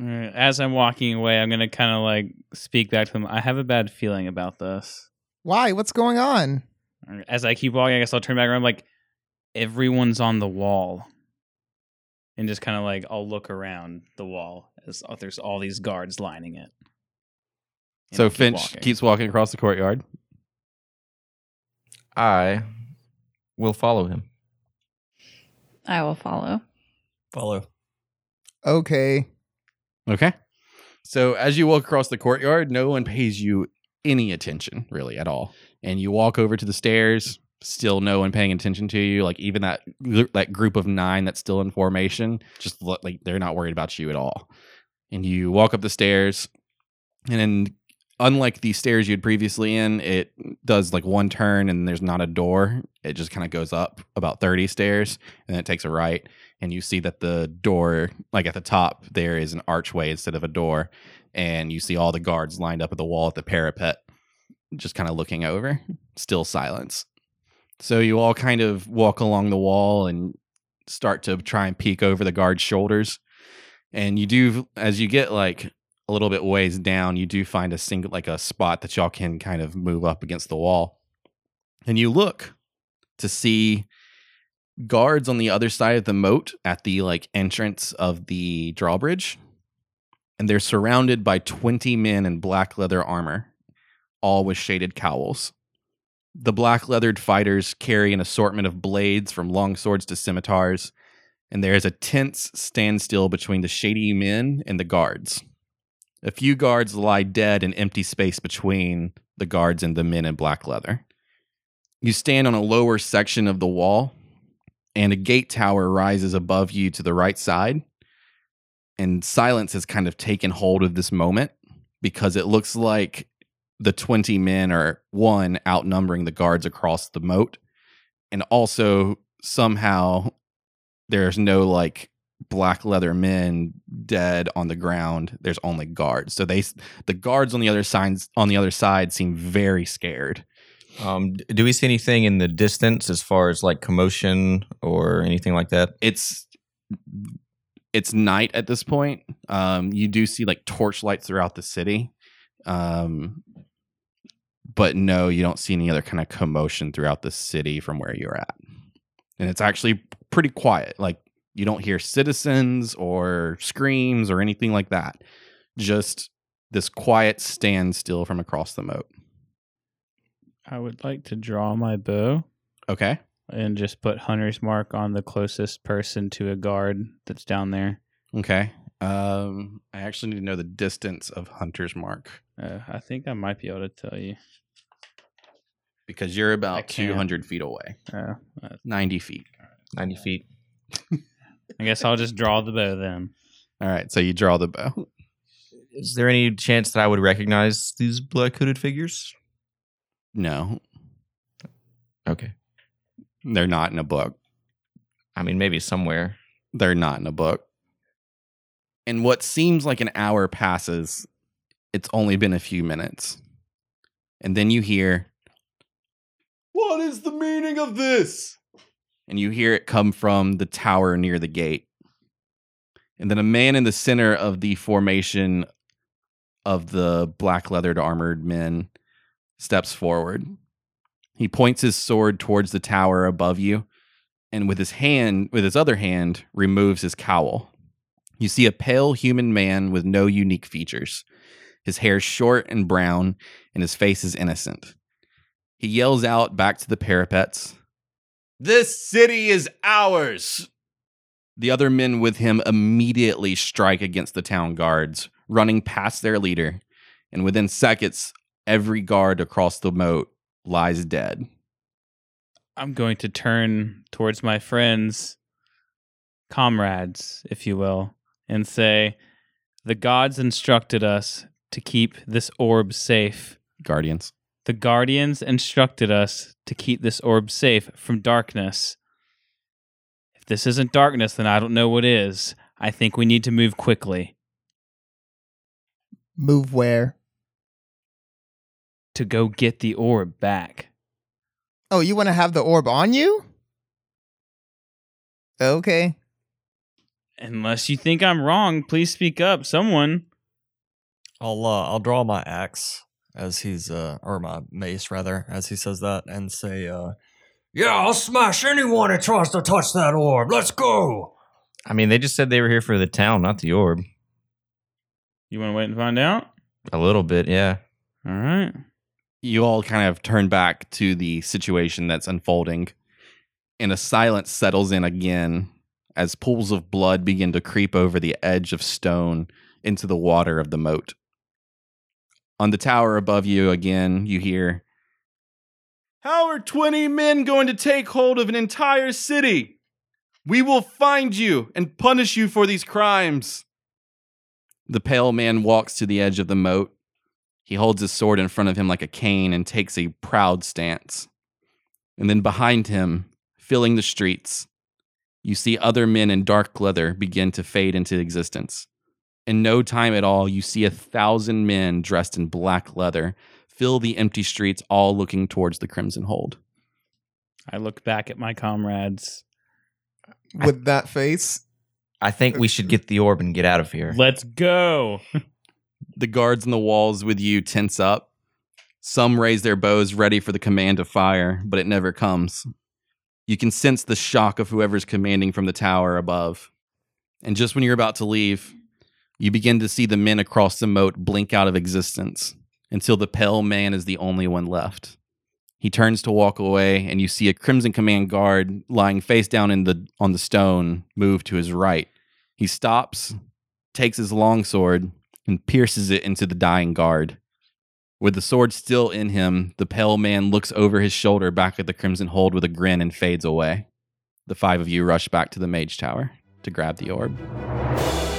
Speaker 5: Uh, As I'm walking away, I'm gonna kind of like speak back to him. I have a bad feeling about this.
Speaker 3: why? What's going on?
Speaker 5: As I keep walking, I guess I'll turn back around. Like everyone's on the wall, and just kind of like I'll look around the wall as uh, there's all these guards lining it. And
Speaker 2: so
Speaker 5: I keep
Speaker 2: Finch
Speaker 5: walking.
Speaker 2: keeps walking across the courtyard.
Speaker 6: I will follow him.
Speaker 7: I will follow.
Speaker 4: Follow.
Speaker 10: Okay.
Speaker 2: Okay. So as you walk across the courtyard, no one pays you any attention really at all. And you walk over to the stairs, still no one paying attention to you. Like even that that group of 9 that's still in formation, just look, like they're not worried about you at all. And you walk up the stairs and then unlike the stairs you had previously in, it does like one turn and there's not a door. It just kind of goes up about 30 stairs and then it takes a right. And you see that the door, like at the top, there is an archway instead of a door. And you see all the guards lined up at the wall at the parapet, just kind of looking over, still silence. So you all kind of walk along the wall and start to try and peek over the guard's shoulders. And you do, as you get like a little bit ways down, you do find a single like a spot that y'all can kind of move up against the wall. And you look to see guards on the other side of the moat at the like entrance of the drawbridge. And they're surrounded by 20 men in black leather armor, all with shaded cowls. The black leathered fighters carry an assortment of blades from long swords to scimitars, and there is a tense standstill between the shady men and the guards. A few guards lie dead in empty space between the guards and the men in black leather. You stand on a lower section of the wall, and a gate tower rises above you to the right side. And silence has kind of taken hold of this moment because it looks like the 20 men are one outnumbering the guards across the moat. And also, somehow, there's no like black leather men dead on the ground. There's only guards. So they the guards on the other sides on the other side seem very scared.
Speaker 6: Um, d- do we see anything in the distance as far as like commotion or anything like that?
Speaker 2: It's it's night at this point. Um, you do see like torchlights throughout the city. Um, but no, you don't see any other kind of commotion throughout the city from where you're at. And it's actually pretty quiet. Like you don't hear citizens or screams or anything like that. Just this quiet standstill from across the moat.
Speaker 5: I would like to draw my bow
Speaker 2: Okay.
Speaker 5: and just put hunter's mark on the closest person to a guard that's down there.
Speaker 2: Okay. Um, I actually need to know the distance of Hunter's Mark
Speaker 5: Uh, I think I might be able to tell you.
Speaker 2: because you're
Speaker 5: I
Speaker 2: about
Speaker 5: can't.
Speaker 2: 200 feet away,
Speaker 5: Uh, uh,
Speaker 2: 90 feet.
Speaker 6: 90 feet.
Speaker 5: I guess I'll just draw the bow then.
Speaker 2: All right. So you draw the bow.
Speaker 6: Is there any chance that I would recognize these black hooded figures?
Speaker 2: No,
Speaker 6: Okay.
Speaker 2: they're not in a book.
Speaker 6: I mean, maybe somewhere.
Speaker 2: They're not in a book. And what seems like an hour passes, it's only been a few minutes. And then you hear, What is the meaning of this? And you hear it come from the tower near the gate. And then a man in the center of the formation of the black leathered armored men steps forward. He points his sword towards the tower above you and with his hand with his other hand removes his cowl you see a pale human man with no unique features his hair is short and brown and his face is innocent he yells out back to the parapets this city is ours the other men with him immediately strike against the town guards running past their leader and within seconds every guard across the moat lies dead
Speaker 5: I'm going to turn towards my friends, comrades, if you will, and say, The gods instructed us to keep this orb safe.
Speaker 2: guardians
Speaker 5: The guardians instructed us to keep this orb safe from darkness. If this isn't darkness, then I don't know what is. I think we need to move quickly
Speaker 3: Move where?
Speaker 5: to go get the orb back.
Speaker 3: Oh, you want to have the orb on you? Okay.
Speaker 5: Unless you think I'm wrong, please speak up. Someone.
Speaker 4: I'll uh, I'll draw my axe as he's uh or my mace rather as he says that and say uh
Speaker 18: Yeah, I'll smash anyone who tries to touch that orb. Let's go.
Speaker 6: I mean, they just said they were here for the town, not the orb.
Speaker 5: You want to wait and find out?
Speaker 6: A little bit, yeah.
Speaker 5: All right.
Speaker 2: you all kind of turn back to the situation that's unfolding and a silence settles in again as pools of blood begin to creep over the edge of stone into the water of the moat. On the tower above you, again, you hear How are 20 men going to take hold of an entire city? We will find you and punish you for these crimes. The pale man walks to the edge of the moat. He holds his sword in front of him like a cane and takes a proud stance. And then behind him, filling the streets, you see other men in dark leather begin to fade into existence. In no time at all, you see a thousand men dressed in black leather fill the empty streets, all looking towards the Crimson Hold.
Speaker 5: I look back at my comrades.
Speaker 10: with that face.
Speaker 6: I think we (laughs) should get the orb and get out of here.
Speaker 5: Let's go.
Speaker 2: The guards on the walls with you tense up. Some raise their bows ready for the command to fire, but it never comes. You can sense the shock of whoever's commanding from the tower above. And just when you're about to leave, you begin to see the men across the moat blink out of existence until the pale man is the only one left. He turns to walk away, and you see a Crimson Command guard lying face down in the on the stone move to his right. He stops, takes his longsword, and pierces it into the dying guard. With the sword still in him, the pale man looks over his shoulder back at the Crimson Hold with a grin and fades away. The five of you rush back to the Mage Tower to grab the orb.